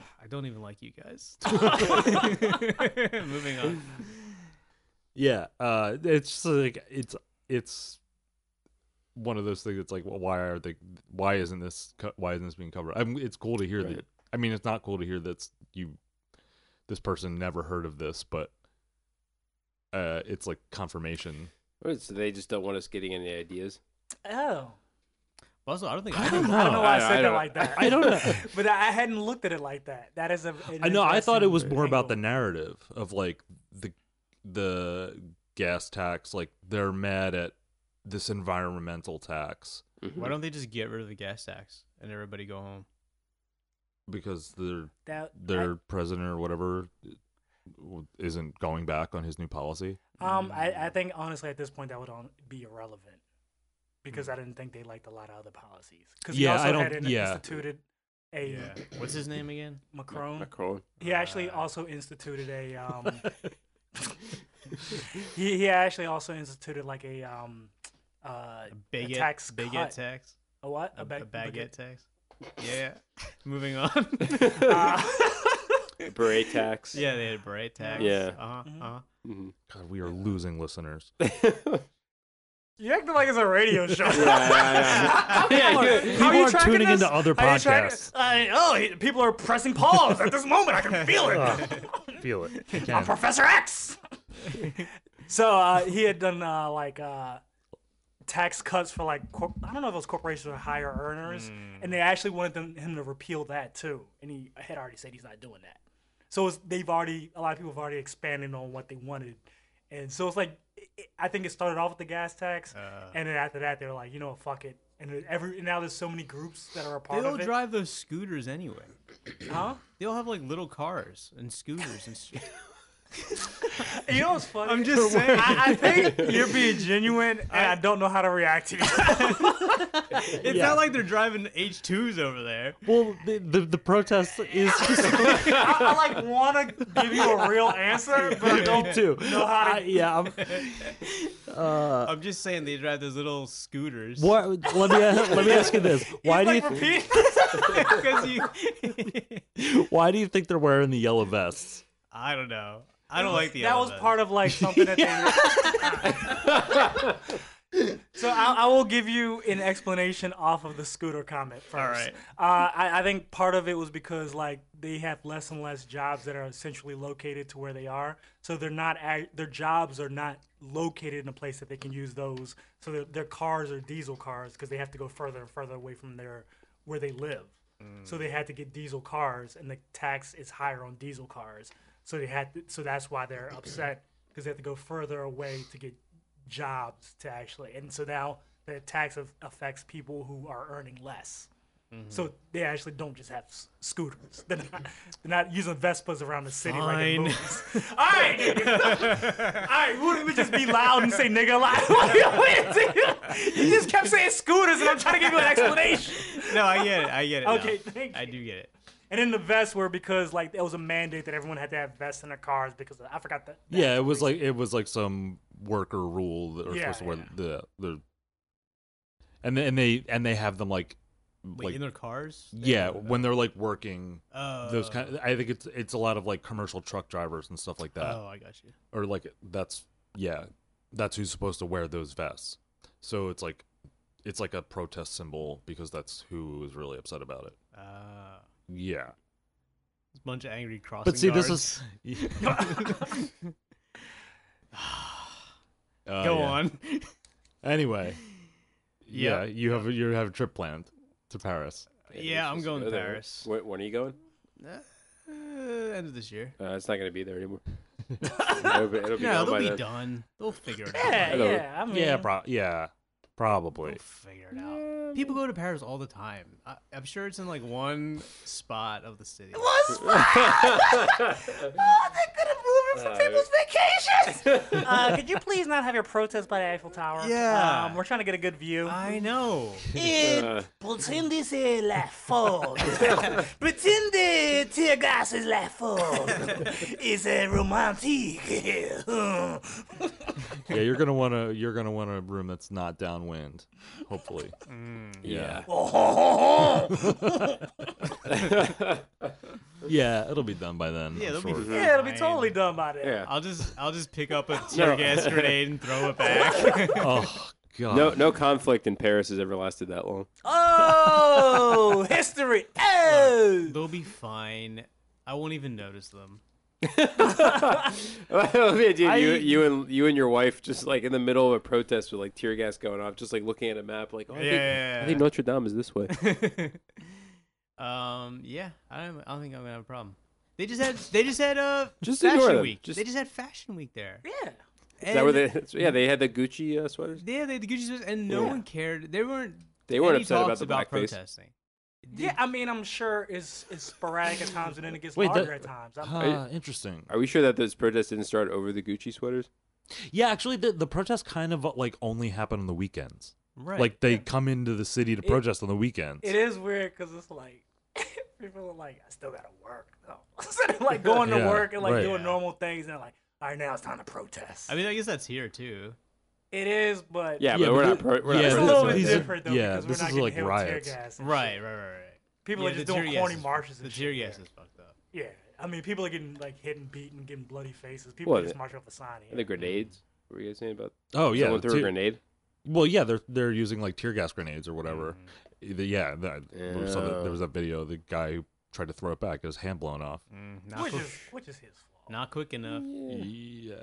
S2: I don't even like you guys. Moving on.
S4: yeah, uh, it's just like it's it's one of those things. that's like, well, why are they? Why isn't this? co- Why isn't this being covered? i it's cool to hear that.
S3: Right.
S4: I mean, it's not cool to hear that you this person never heard of this, but uh, it's like confirmation.
S3: What, So they just don't want us getting any ideas.
S1: Oh.
S2: Also, I don't think
S4: Oh, I
S2: I
S4: don't
S2: know.
S1: I don't know why I,
S3: I- I
S1: said that
S3: don't-
S1: like that.
S4: I don't know.
S1: but I hadn't looked at it like that. That is a. an
S4: I know. I thought it was
S1: interesting
S4: more about the
S1: angle.
S4: narrative of like the the gas tax. Like they're mad at this environmental tax
S2: Why don't they just get rid of the gas tax and everybody go home?
S4: because their
S1: That,
S4: their president or whatever isn't going back on his new policy.
S1: I, um, I, I think honestly at this point that would on, be irrelevant because I didn't think they liked a lot of other policies because
S4: Hmm. Yeah,
S1: he also
S4: I don't-
S1: had in-
S4: yeah.
S1: instituted a
S2: Yeah. What's his name again?
S1: Macron.
S3: Macron.
S1: He actually
S4: uh.
S1: also instituted a. Um, he, he actually also instituted like a um, uh,
S2: A bigot,
S1: tax
S2: bigot
S1: cut.
S2: tax.
S1: a what
S2: A,
S1: ba-
S2: a baguette tax. Yeah. Moving on.
S1: Ah.
S3: Beret tax.
S2: yeah, they had a beret tax.
S3: Yeah.
S2: Uh-huh,
S1: Mm-hmm.
S2: uh-huh.
S3: Mhm.
S4: God, we are losing listeners.
S1: You acting like it's a radio show.
S3: Yeah, yeah, yeah. Yeah, good.
S1: How
S4: People
S1: you
S4: are
S1: tracking
S4: tuning
S1: this?
S4: into other
S1: Are you tracking-
S4: podcasts.
S1: I- oh, he- people are pressing pause at this moment. I can feel it.
S4: Feel it.
S1: I'm Professor X. so uh, he had done uh, like uh, tax cuts for like corp- I don't know if those corporations are higher earners, and they actually wanted them, him to repeal that too. And he had already said he's not doing that. So it's, they've already a lot of people have already expanded on what they wanted, and so it's like it- it- I think it started off with the gas tax, and then after that they were like, you know, what, fuck it. And then every and now there's so many groups that are a
S2: They
S1: part
S2: all
S1: of it.
S2: drive those scooters anyway.
S1: huh?
S2: They all have like little cars and scooters and. Sh-
S1: You know what's funny?
S2: I'm just saying.
S1: I, I think you're being genuine, and I, don't know how to react to you.
S2: It's not like they're driving H twos over there.
S4: Well, the, the the protest is
S1: I, I like want to give you a real answer, but I don't
S4: me too.
S1: know how to.
S4: I- yeah, I'm,
S2: I'm just saying they drive those little scooters.
S4: what, let me let me ask you this: Why do you
S1: like, repeat.
S2: Because you.
S4: Why do you think they're wearing the yellow vests?
S2: I don't know. I don't like the.
S1: that was part of like something that they. so I, I will give you an explanation off of the scooter comment first.
S2: All right.
S1: Uh, I, I think part of it was because like they have less and less jobs that are essentially located to where they are, so they're not ac- their jobs are not located in a place that they can use those. So their, their cars are diesel cars because they have to go further and further away from their where they live. So they had to get diesel cars, and the tax is higher on diesel cars. So they had to, so that's why they're upset because they have to go further away to get jobs to actually. And so now the tax of, affects people who are earning less.
S2: Mm-hmm.
S1: So they actually don't just have s- scooters. They're not, they're not using Vespas around the city like in
S2: Fine.
S1: movies. All right, nigga. all right. Wouldn't we just be loud and say nigga a lot? you just kept saying scooters, and I'm trying to give you an explanation.
S2: No, I get it. I get it. now.
S1: Okay, thank
S2: I
S1: you.
S2: do get it.
S1: And then the vests were because like it was a mandate that everyone had to have vests in their cars because I forgot that.
S4: Yeah, it was like it was like some worker rule that are
S1: Yeah,
S4: supposed to wear
S1: yeah.
S4: the the and they, and they and they have them like
S2: Wait,
S4: like
S2: in their cars? They
S4: yeah
S2: have uh, them-
S4: when they're like working
S2: oh,
S4: those kind. I think it's it's a lot of like commercial truck drivers and stuff like that,
S2: oh, I got you.
S4: or like that's yeah, that's who's supposed to wear those vests. So it's like it's like a protest symbol because that's who is really upset about it.
S2: Uh,
S4: Yeah,
S2: a bunch of angry crossing
S4: but see,
S2: guards.
S4: this is Uh,
S2: Go
S4: yeah.
S2: on.
S4: Anyway, yeah,
S2: Yeah.
S4: you have you have a trip planned to Paris.
S2: yeah, I'm
S3: Just
S2: going
S3: go
S2: to
S3: there.
S2: Paris.
S3: When, when are you going?
S2: Uh, end of this year.
S3: Uh, it's not going to be there anymore. it'll be, it'll be
S2: No,
S3: gone
S2: they'll
S3: by
S2: be
S3: then.
S2: done. They'll figure it out.
S1: Yeah,
S3: Hello.
S1: yeah. I mean,
S4: Yeah, pro- yeah,
S2: They'll
S4: probably.
S2: figure it out. People go to Paris all the time. I, I'm sure it's in like one spot of the city.
S5: Was fun. oh, they could have moved it from people's vacations.
S1: uh, could you please not have your protest by the Eiffel Tower?
S2: Yeah.
S1: Um, we're trying to get a good view.
S2: I know.
S3: Uh,
S5: And pretend this is la fog. pretend the tear gas is la fog. it's a romantic. hmm.
S4: yeah, you're gonna want to you're gonna want a room that's not downwind, hopefully.
S3: Yeah.
S2: Oh.
S4: yeah, it'll be done by then.
S2: Yeah,
S4: I'm
S2: they'll
S4: sure.
S2: be.
S1: yeah, it'll be
S2: fine.
S1: totally done by then.
S3: Yeah.
S2: I'll just I'll just pick up a tear gas grenade and throw it back.
S4: Oh god.
S3: No, no conflict in Paris has ever lasted that long.
S1: Oh, history. Oh.
S2: They'll be fine. I won't even notice them.
S3: Dude,
S1: I-
S3: you, you and you and your wife just like in the middle of a protest with like tear gas going off, just like looking at a map, like oh, I,
S2: Yeah.
S3: think, I think Notre Dame is this way.
S2: um. Yeah. I don't. I don't think I'm gonna have a problem. They just had. They just had uh,
S3: Just ignore
S2: fashion
S3: them.
S2: week.
S3: Just-
S2: They just had fashion week there.
S1: Yeah.
S3: Is that where they? Yeah, they had the Gucci uh, sweaters.
S2: Yeah, they had the Gucci sweaters, and no
S3: Yeah.
S2: one cared. They weren't.
S3: They weren't
S2: any
S3: upset about
S2: talks
S3: the
S2: about
S3: blackface.
S2: protesting.
S1: Yeah, I mean, I'm sure it's, it's sporadic at times and then it gets
S4: Wait,
S1: larger
S4: that-
S1: at times. I'm,
S4: Huh, interesting.
S3: Are we sure that those protests didn't start over the Gucci sweaters?
S4: Yeah, actually, the, the protest kind of like only happen on the weekends.
S2: Right.
S4: Like they come into the city to protest on the weekends.
S1: It is weird because it's like people are like, I still gotta work though. so they're like going to
S4: Yeah,
S1: work and like
S4: right.
S1: doing
S2: Yeah.
S1: normal things, and they're like, all right, now it's time to protest.
S2: I mean, I guess that's here too.
S1: it is, but
S3: Yeah, but we're not. Pro- we're
S4: yeah,
S1: it's
S3: not
S1: a
S4: but
S1: little
S3: protesting
S1: bit
S4: these
S3: that.
S4: are-
S1: different though
S4: yeah,
S1: because
S4: this
S1: we're not
S4: is,
S1: getting
S4: like,
S1: hit with
S4: riots.
S1: tear gas. and
S2: Right.
S1: shit.
S2: Right. Right. Right.
S1: People
S2: Yeah,
S1: are
S2: the
S1: just doing
S2: tear
S1: corny
S2: gas is-
S1: marches.
S2: The
S1: And
S2: tear
S1: shit.
S2: gas is fucked up.
S1: Yeah, I mean, people are getting like hit and beaten, getting bloody faces. People
S3: Well,
S1: just
S3: the-
S1: march off a sign.
S3: And the grenades. What were you guys saying about?
S4: Oh yeah,
S3: someone threw
S4: te-
S3: a grenade.
S4: Well, yeah, they're they're using like tear gas grenades or whatever.
S1: Mm-hmm.
S4: The- yeah, that, we saw that-
S3: Yeah.
S4: there was that video. The guy who tried to throw it back, his hand blown off.
S1: Mm.
S2: Not,
S1: which
S2: quick,
S1: is which is his fault.
S2: not quick enough.
S4: Yeah,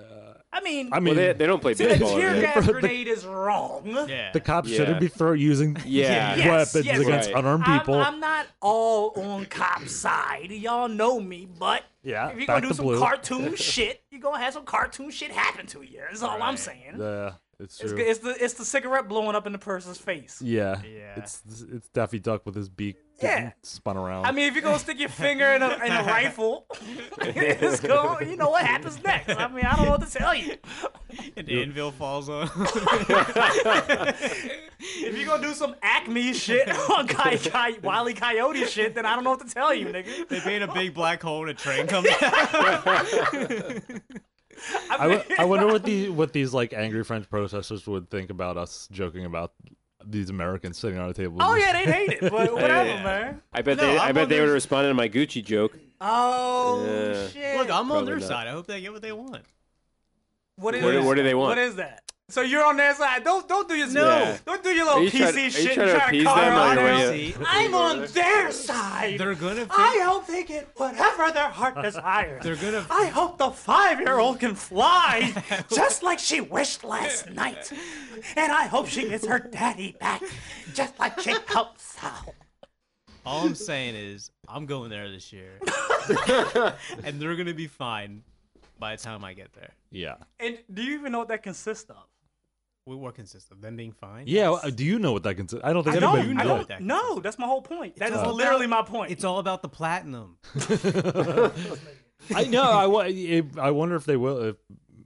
S1: I mean,
S4: I
S3: Well,
S4: mean,
S3: they, they don't play
S1: to the
S3: baseball. do
S1: tear
S3: they?
S1: gas grenade is wrong.
S2: Yeah.
S4: the cops
S3: Yeah.
S4: shouldn't be throw using
S3: Yeah.
S1: Yes,
S4: weapons
S1: yes,
S4: against
S3: right.
S4: unarmed
S1: I'm-
S4: people.
S1: I'm, not all on cop side. Y'all know me, but
S4: Yeah,
S1: if you're
S4: back
S1: gonna do
S4: to
S1: some
S4: blue.
S1: cartoon shit, you're gonna have some cartoon shit happen to you. That's all I'm
S2: Right.
S1: saying.
S4: yeah, it's
S1: it's,
S4: true.
S1: it's the it's the cigarette blowing up in the person's face.
S4: yeah,
S2: Yeah.
S4: It's it's Daffy Duck with his beak
S1: Yeah.
S4: getting spun around.
S1: I mean, if you're gonna stick your finger in a, in a rifle, it's going, you know what happens next. I mean, I don't know what to tell you.
S2: An anvil falls on.
S1: If you're gonna do some Acme shit on Coy- Coy- Wile E. Coyote shit, then I don't know what to tell you, nigga.
S2: they made a big black hole and a train comes out.
S4: I, w- I wonder what the what these like angry French protesters would think about us joking about these Americans sitting on a table.
S1: Oh yeah, they hate it, but whatever,
S2: Yeah.
S1: man.
S3: I bet
S2: No,
S3: they.
S2: I'm
S3: I bet
S2: on
S3: they would
S2: their-
S3: have responded to my Gucci joke.
S1: Oh
S3: Yeah.
S1: shit!
S2: Look, I'm on
S3: Probably
S2: their
S3: not.
S2: side. I hope they get what they want.
S1: What is
S3: What, do-
S1: that?
S3: what do they want?
S1: What is that? So you're on their side. Don't don't do your
S3: No. Yeah.
S1: Don't do your
S3: Are
S1: little
S3: you trying-
S1: PC
S3: are you
S1: shit.
S3: trying to
S1: try
S3: appease
S1: call
S3: them,
S1: her
S3: or
S1: out.
S3: are you-
S2: See,
S1: I'm on their side.
S2: they're gonna. fi-
S1: I hope they get whatever their heart desires.
S2: They're gonna-
S1: I hope the five-year-old can fly, just like she wished last night. And I hope she gets her daddy back, just like she hopes so.
S2: All I'm saying is, I'm going there this year, and they're gonna be fine by the time I get there.
S4: yeah.
S1: And do you even know what that consists of?
S2: Wh- What consists of them being fine?
S4: Yeah, well, do you know what that consists? I don't think
S1: I
S4: anybody
S1: don't.
S4: would
S1: I
S2: know
S4: know
S1: don't.
S2: what that
S1: no,
S2: consists
S1: that's my whole point. That is
S2: all
S1: literally my
S2: about-
S1: point.
S2: It's all about the platinum.
S4: it. I know. I, wa- it- I wonder if they will. If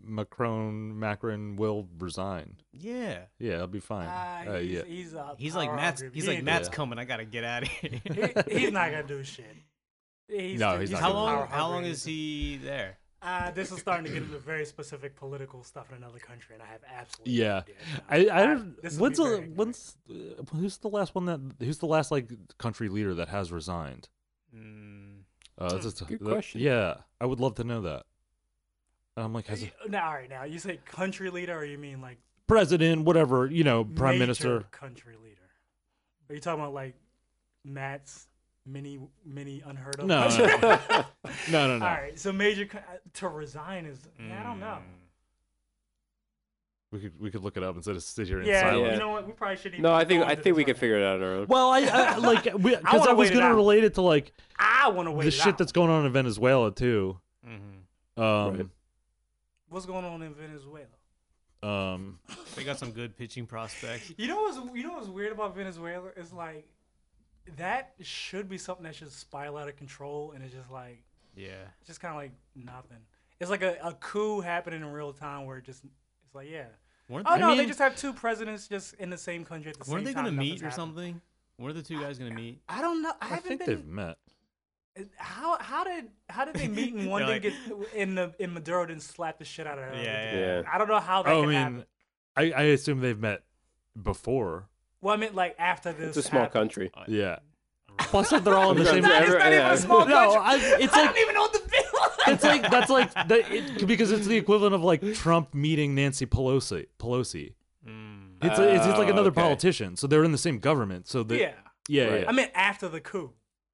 S4: Macron Macron will resign.
S2: Yeah.
S4: Yeah, that'll be fine.
S1: Ah,
S4: Uh,
S1: he's,
S4: yeah.
S1: he's, a
S2: He's like
S1: power
S2: Matt's.
S1: hungry-
S2: He's
S1: he
S2: like
S1: ain't
S2: Matt's
S4: Yeah.
S2: coming. I gotta get out of here.
S1: doing- he- he's not gonna do shit. He's
S4: No, he's not
S2: how
S4: gonna
S2: long?
S4: do
S1: power
S2: How
S1: hungry.
S2: long is he there?
S1: Uh, this is starting to get into very specific political stuff in another country, and I have absolutely no
S4: Yeah,
S1: idea.
S4: I, I don't.
S1: this would
S4: what's
S1: be
S4: the
S1: very ignorant.
S4: when's uh, who's the last one that who's the last like country leader that has resigned?
S2: Mm,
S1: Hmm,
S4: Uh, that's just-
S3: Good
S4: that-
S3: question.
S4: Yeah, I would love to know that. And I'm like, has a
S1: Now, all right, now you say country leader, or you mean like
S4: president, whatever, you know, prime
S1: major
S4: minister.
S1: country leader? Are you talking about like Matt's mini mini unheard of?
S4: No, no,
S1: country-
S4: no, no, no. no.
S1: all right, so major co- uh, to resign is yeah, I don't know.
S2: mm.
S4: We could we could look it up instead of sit here in
S1: Yeah,
S4: silence.
S1: you know what? We probably should.
S3: No, I think I think we can figure it out on our own.
S4: Well, I, I like because
S1: wanna
S4: I, was
S1: wait it
S4: gonna
S1: out.
S4: relate it to like
S1: I want to wait.
S4: the
S1: it
S4: shit
S1: out.
S4: that's going on in Venezuela too.
S2: Mhm.
S4: Um,
S1: what's going on in Venezuela.
S4: um,
S2: They got some good pitching prospects.
S1: You know what's you know what's weird about Venezuela is like that should be something that should spiral out of control, and it's just like
S2: Yeah.
S1: it's just kind of like nothing. It's like a, a coup happening in real time where it just it's like yeah.
S2: Weren't
S1: Oh
S2: they-
S1: no,
S2: I mean,
S1: they just have two presidents just in the same country at the
S2: weren't
S1: same
S2: they
S1: time.
S2: gonna meet
S1: nothing's
S2: or
S1: happened.
S2: something? Were the two guys gonna meet?
S1: I don't know. I
S4: I
S1: haven't
S4: think
S1: been.
S4: they've met.
S1: How how did how did they meet and one
S2: They're
S1: didn't get in the in Maduro didn't slap the shit out of
S2: Yeah.
S1: the other?
S2: yeah.
S3: Yeah.
S1: I don't know how that
S4: Oh, I
S1: could
S4: mean,
S1: happen.
S4: I, I assume they've met before.
S1: Well, I meant like after this.
S3: It's a small
S1: happened.
S3: country.
S4: Yeah. Plus, if they're all in the
S3: It's
S4: same.
S1: It's not, it's
S4: No,
S1: not even
S3: Yeah.
S1: a small country.
S4: I, it's
S1: I
S4: like
S1: don't even know what the bill.
S4: it's like that's like that, it, because it's the equivalent of like Trump meeting Nancy Pelosi. Pelosi.
S2: Mm.
S4: It's, it's, it's like
S3: Oh,
S4: another
S3: okay.
S4: politician, so they're in the same government. So they,
S1: yeah,
S4: yeah,
S3: Right.
S4: yeah.
S1: I meant after the coup.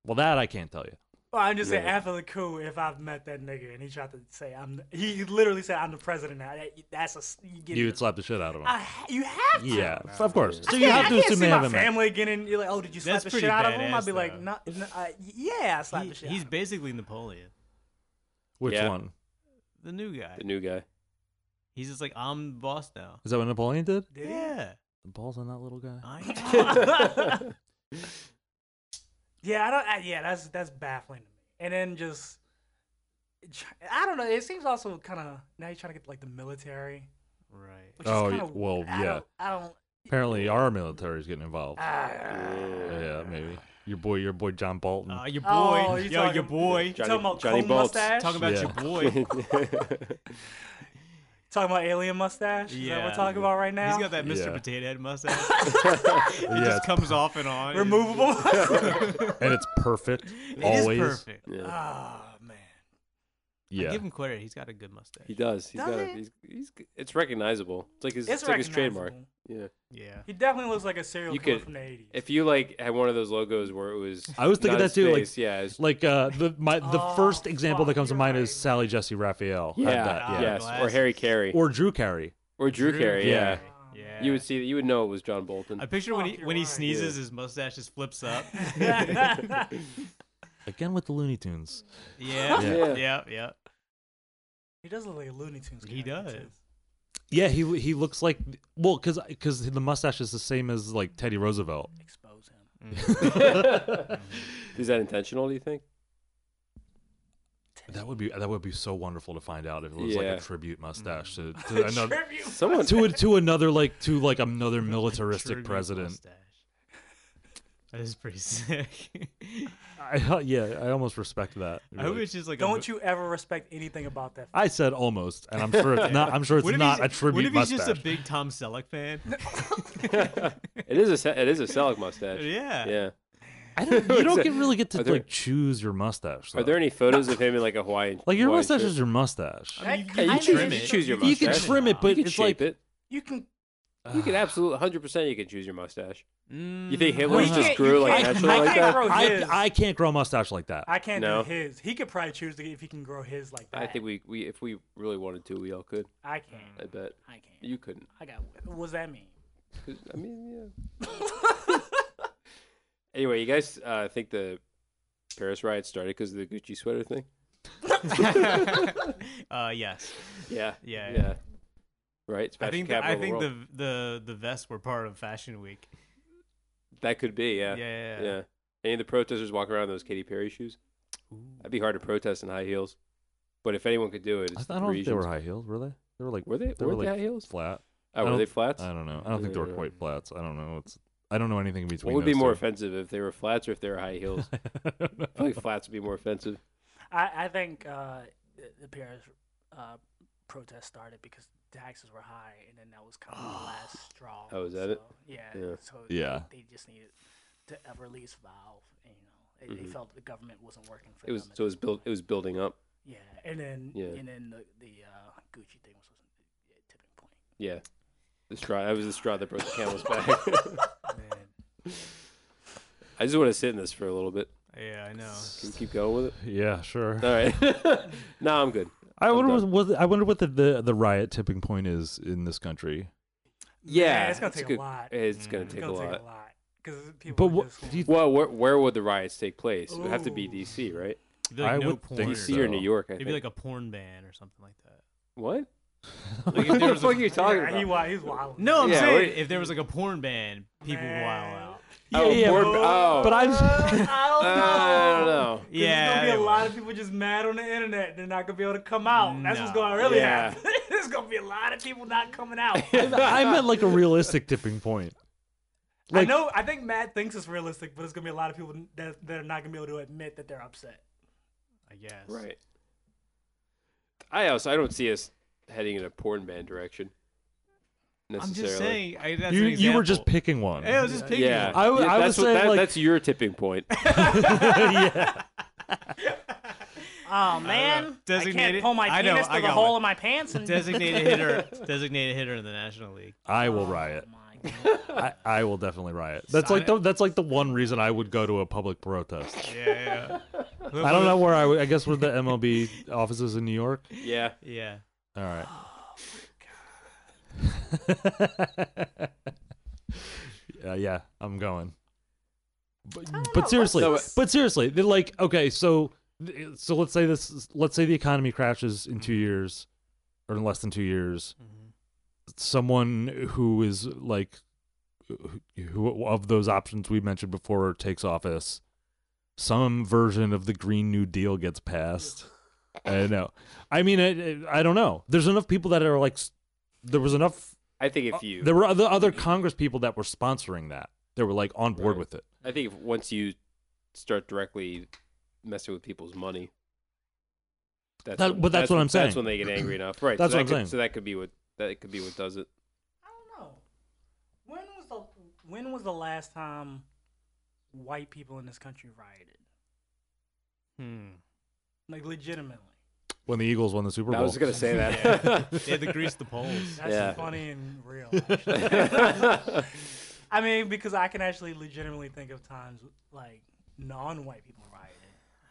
S4: Well, that I can't tell you.
S1: Well, Oh, I'm just saying
S3: Yeah.
S1: after the coup, if I've met that nigga and he tried to say I'm, the, he literally said I'm the president now. That, that's a s- you get.
S4: You would slap the shit out of him.
S1: I ha- you have to.
S4: yeah, of course. So
S1: I
S4: you
S1: can't-
S4: have
S1: I
S4: to
S1: can't
S4: assume
S1: see
S4: they
S1: my
S4: haven't met.
S1: family again, and you're like, oh, did you slap
S2: That's
S1: the
S2: pretty
S1: shit out of him? I'd be
S2: badass,
S1: like,
S2: though.
S1: no, no, uh, yeah, I slapped
S2: He-
S1: the shit.
S2: he's
S1: out.
S2: basically Napoleon,
S4: Which
S3: Yeah.
S4: one?
S2: the new guy.
S3: The new guy.
S2: He's just like I'm the boss now.
S4: Is that what Napoleon did?
S1: Did he?
S2: yeah.
S4: The balls on that little guy.
S2: I know.
S3: yeah,
S1: Yeah, I don't. I, yeah, that's that's baffling to me. And then just, I don't know. It seems also kind of now you're trying to get like the military.
S2: right.
S1: Which is
S4: Oh,
S1: kinda-
S4: y- well,
S1: I
S4: yeah.
S1: Don't, I don't.
S4: Apparently, our military is getting involved.
S1: ah.
S4: yeah, maybe your boy, your boy John Bolton.
S2: Uh, your boy.
S1: Oh, you
S2: Yo,
S1: talking-
S2: your boy.
S3: Johnny-
S1: talking about
S3: Johnny
S1: comb
S3: Bolts.
S1: mustache.
S2: Talking about
S4: Yeah.
S2: your boy. He's
S1: Talking about alien mustache. Is that what we're
S2: Yeah.
S1: talking about right now?
S2: got that Mr.
S4: Yeah.
S2: Potato Head mustache.
S4: yeah,
S2: It just comes off and on.
S1: removable.
S4: and it's perfect.
S2: It is
S4: always.
S2: perfect.
S3: Yeah.
S1: oh man.
S4: Yeah.
S2: Give him credit. He's got a good mustache.
S3: He does. He's
S1: Does
S3: got. A,
S1: it?
S3: he's, he's. It's recognizable. It's like his.
S1: It's,
S3: It's, like his trademark.
S1: recognizable.
S3: Yeah.
S2: Yeah.
S1: He definitely looks like a serial
S3: You
S1: killer
S3: could-
S1: from the 80s.
S3: If you like had one of those logos where it was.
S4: I was thinking
S3: not
S4: that
S3: his
S4: too, like-
S3: face, yeah. It's,
S4: Like uh, the my the
S1: Oh,
S4: first example that
S1: fuck,
S4: comes to
S1: you're
S4: mind
S1: right.
S4: is Sally Jesse Raphael. had
S3: yeah.
S4: that,
S2: yeah.
S3: Yes. Or
S2: Glasses.
S3: Harry Carey. Or,
S4: Or Drew Carey.
S3: Drew, Carey. Yeah.
S2: Yeah.
S3: You would see that. You would know it was John Bolton.
S2: I picture when
S1: Fuck,
S2: he
S1: you're
S2: when he
S1: right.
S2: sneezes, his mustache just flips up.
S4: Again with the Looney Tunes.
S2: yeah.
S3: Yeah.
S2: Yeah. Yeah. Yeah.
S1: he does look like a Looney Tunes.
S2: He
S1: character,
S2: does.
S1: too.
S4: Yeah, he he looks like well, cause 'cause the mustache is the same as like Teddy Roosevelt.
S1: Expose him.
S3: Is that intentional? Do you think?
S4: That would be that would be so wonderful to find out if it was like
S3: Yeah.
S4: a tribute mustache to, to another
S1: Tribute.
S3: Someone.
S4: to to another like to like another
S2: Tribute
S4: militaristic president.
S2: mustache. That is pretty sick.
S4: I, yeah, I almost respect that.
S2: I hope it's just like a,
S1: Don't you ever respect anything about that?
S4: I said almost, and I'm sure it's not. I'm sure it's
S2: What if
S4: not
S2: he's-
S4: a tribute
S2: What if he's
S4: mustache.
S2: just a big Tom Selleck fan?
S3: It is a. se- It is a Selleck mustache.
S2: yeah.
S3: Yeah.
S4: I don't, you don't get, really get to
S3: Are there-
S4: like choose your mustache. Though.
S3: Are there any photos of him in like a Hawaiian?
S4: like your
S3: Hawaiian
S4: mustache
S3: shirt?
S4: is your mustache.
S2: I mean,
S1: That
S2: you,
S1: kinda
S2: can
S3: choose-
S2: trim
S3: you
S2: it.
S3: choose your
S4: you can
S3: mustache.
S4: trim it, but
S3: you can
S4: it's like
S3: shape it. Ah.
S1: You can.
S3: You can absolutely 100 percent you can choose your mustache. You think
S4: Well,
S3: Hitler
S4: you
S3: just
S4: can't-
S3: grew
S1: you
S3: like
S1: can't-
S3: naturally
S1: I
S3: like
S1: can't
S3: that?
S1: grow-
S4: I
S1: his.
S4: I can't grow a mustache like that.
S1: I can't
S3: No.
S1: do his. He could probably choose to, if he can grow his like that.
S3: I think we, we if we really wanted to, we all could.
S1: I can't.
S3: I bet
S1: I can't.
S3: you couldn't.
S1: I got. What does that mean?
S3: 'Cause, I mean, yeah. Anyway, you guys uh, think the Paris riot started because of the Gucci sweater thing?
S2: uh, yes.
S3: Yeah,
S2: Yeah,
S3: yeah. right? It's
S2: I
S3: fashion
S2: think the,
S3: capital
S2: I
S3: of the
S2: think
S3: world.
S2: the the the vests were part of Fashion Week.
S3: that could be, yeah.
S2: Yeah, yeah, yeah.
S3: Yeah. Any of the protesters walk around in those Katy Perry shoes? That'd be hard to protest in high heels. But if anyone could do it,
S4: I,
S3: it's
S4: I don't think they were
S3: Parisians.
S4: high heels, were they? They were like
S3: Were they?
S4: they
S3: were,
S4: were
S3: they
S4: like
S3: high heels?
S4: flat.
S3: Oh,
S4: I
S3: were
S4: don't-
S3: they flats?
S4: I don't know. I don't think they were
S3: Yeah.
S4: quite flats. I don't know. It's I don't know anything between.
S3: What would be
S4: those
S3: more
S4: two.
S3: offensive if they were flats or if they were high heels?
S4: I don't know.
S3: I feel like flats would be more offensive.
S5: I, I think uh, the- the Paris uh, protest started because taxes were high, and then that was kind of the last straw.
S3: Oh, is that it?
S5: So, Yeah.
S3: Yeah.
S5: So
S4: Yeah.
S5: They, they just needed to uh, release Valve, and, you know, they, they felt the government wasn't working for
S3: Mm-hmm. It was
S5: them. at
S3: so it was
S5: that
S3: built.
S5: point.
S3: It was building up.
S5: Yeah, and then
S3: Yeah.
S5: and then the, the uh, Gucci thing was a tipping point.
S3: Yeah, the straw. That was the straw that broke the camel's back.
S2: Man.
S3: I just want to sit in this for a little bit.
S2: Yeah, I know.
S3: Can you keep going with it?
S4: yeah, sure.
S3: All right. no, I'm good.
S4: I
S3: I'm
S4: wonder
S3: done.
S4: what, what I wonder what the, the the riot tipping point is in this country.
S3: Yeah,
S1: it's gonna
S3: it's
S1: take
S3: good.
S1: a lot.
S3: It's
S2: Mm.
S3: gonna
S1: It's
S3: take a
S1: gonna take
S3: lot.
S1: a lot because people.
S4: But what
S1: just
S4: do you
S3: Well, where, where would the riots take place? It would have to be
S1: Ooh.
S3: D.C., right?
S2: It'd be like
S4: I
S2: no
S4: would
S2: porn.
S4: think
S2: or
S3: D.C. or
S4: so.
S3: New York? I
S2: It'd
S3: think.
S2: be like a porn ban or something like that.
S3: what?
S2: Like,
S3: what
S2: if there
S3: the
S2: was a-
S3: fuck are you talking
S1: yeah,
S3: about?
S1: he wild. He's wild.
S2: No, I'm
S3: Yeah,
S2: saying
S3: what-
S2: if there was like a porn ban, people would wild
S1: Man.
S2: out.
S3: oh,
S4: Yeah,
S3: poor-
S1: but-
S3: oh.
S4: But I just,
S1: I don't
S3: I
S1: know.
S3: don't know.
S2: Yeah,
S1: there's gonna
S2: they
S1: be a lot
S2: would.
S1: of people just mad on the internet. They're not gonna be able to come out. That's what's
S2: No.
S1: gonna really
S3: Yeah.
S1: happen. there's gonna be a lot of people not coming out.
S4: I meant like a realistic tipping point.
S1: I know. I think Matt thinks it's realistic, but there's gonna be a lot of people that, that are not gonna be able to admit that they're upset.
S2: I guess.
S3: Right. I also I don't see us heading in a porn ban direction.
S2: I'm
S3: Necessarily.
S2: just saying. I, that's
S4: You
S2: an
S4: you were just
S2: example.
S4: picking one.
S2: Hey, I was just picking.
S3: Yeah,
S2: one.
S4: I w-
S3: Yeah,
S4: I
S3: that's
S4: would
S3: what-
S4: say,
S3: that-
S4: like-
S3: that's your tipping point.
S4: yeah.
S5: Oh man, I can't
S2: Designated-
S5: pull my
S2: I know,
S5: penis
S2: I
S5: through the
S2: got
S5: hole
S2: one.
S5: in my pants and.
S2: Designated hitter. Designated hitter in the National League.
S4: I will riot.
S5: Oh My God.
S4: I, I will definitely riot. That's like the, that's like the one reason I would go to a public protest.
S2: Yeah, yeah.
S4: I don't know where I would. I guess where the MLB offices in New York.
S3: Yeah.
S2: Yeah.
S4: All right. yeah, yeah, I'm going. But, but seriously,
S3: let's just-
S4: but seriously, they're like okay, so so let's say this, is- let's say the economy crashes in two years, or in less than two years. Someone who is like who- who of those options we mentioned before takes office. Some version of the Green New Deal gets passed. I know. I mean, I, I- I don't know. There's enough people that are like, s- there was enough.
S3: I think
S4: Uh,
S3: if you,
S4: There were other other Congress people that were sponsoring that. They were like on board
S3: Right.
S4: with it.
S3: I think if once you start directly messing with people's money, that's
S4: That-
S3: when-
S4: but that's what
S3: when-
S4: I'm saying.
S3: That's when they get angry enough, right?
S4: That's
S3: so
S4: what
S3: that
S4: I'm saying.
S3: could, So that could be what that could be what does it.
S1: I don't know. When was the when was the last time white people in this country rioted?
S2: Hmm.
S1: Like legitimately.
S4: When the Eagles won the Super Bowl,
S3: I was gonna say
S2: Yeah.
S3: that.
S2: They had to grease the poles.
S1: That's
S3: Yeah.
S1: funny and real. actually. I mean, because I can actually legitimately think of times like non-white people rioted.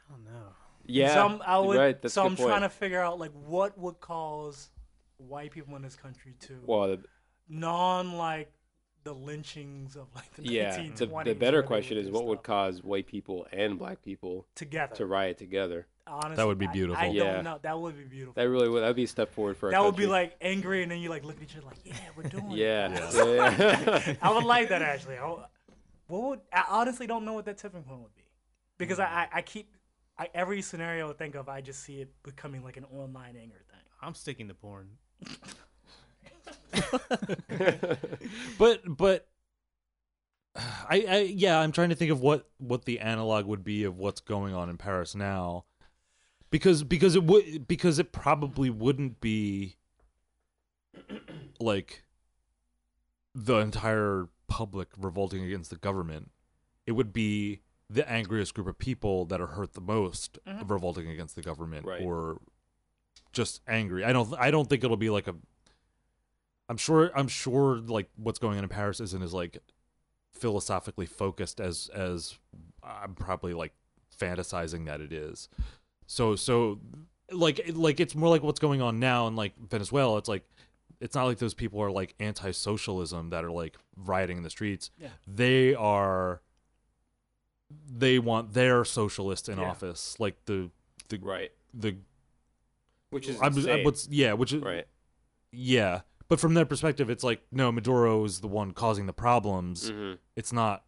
S2: I don't know.
S3: yeah.
S1: So I'm, I
S3: you're
S1: would,
S3: right. That's
S1: so
S3: a
S1: I'm
S3: good point.
S1: trying to figure out like what would cause white people in this country to
S3: Well, the,
S1: non like the lynchings of like the
S3: yeah.
S1: 1920s.
S3: The,
S1: where
S3: the
S1: they
S3: better
S1: do
S3: question is
S1: this
S3: what would
S1: stuff
S3: cause white people and black people
S1: together
S3: to riot together.
S1: Honestly,
S4: That would be
S1: I- I,
S4: beautiful.
S3: Yeah.
S1: don't know. That would be beautiful.
S3: That really would. That'd be a step forward for our
S1: That would be
S3: country.
S1: like angry, and then you like look at each other like, yeah, we're doing it.
S3: Yeah. yeah.
S1: I would like that actually. I, would- what would I honestly don't know what that tipping point would be because I, I I keep I, every scenario I think of I just see it becoming like an online anger thing.
S2: I'm sticking to porn.
S4: but but I, I yeah, I'm trying to think of what what the analog would be of what's going on in Paris now, because because it would because it probably wouldn't be like the entire public revolting against the government. It would be the angriest group of people that are hurt the most of revolting against the government
S3: Right.
S4: or just angry. I don't I don't think it'll be like a I'm sure I'm sure like what's going on in Paris isn't as like philosophically focused as as I'm probably like fantasizing that it is. So so like like it's more like what's going on now in like Venezuela. It's like it's not like those people are like anti-socialism that are like rioting in the streets.
S1: Yeah.
S4: They are they want their socialist in
S1: Yeah.
S4: office, like the the
S3: right.
S4: the
S3: Which is
S4: I'm, I,
S3: insane.
S4: what's yeah, which is
S3: right.
S4: yeah, But from their perspective, it's like no, Maduro is the one causing the problems.
S3: Mhm.
S4: It's not.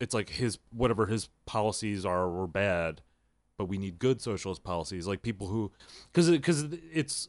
S4: It's like his whatever his policies are were bad, but we need good socialist policies, like people who, because because it's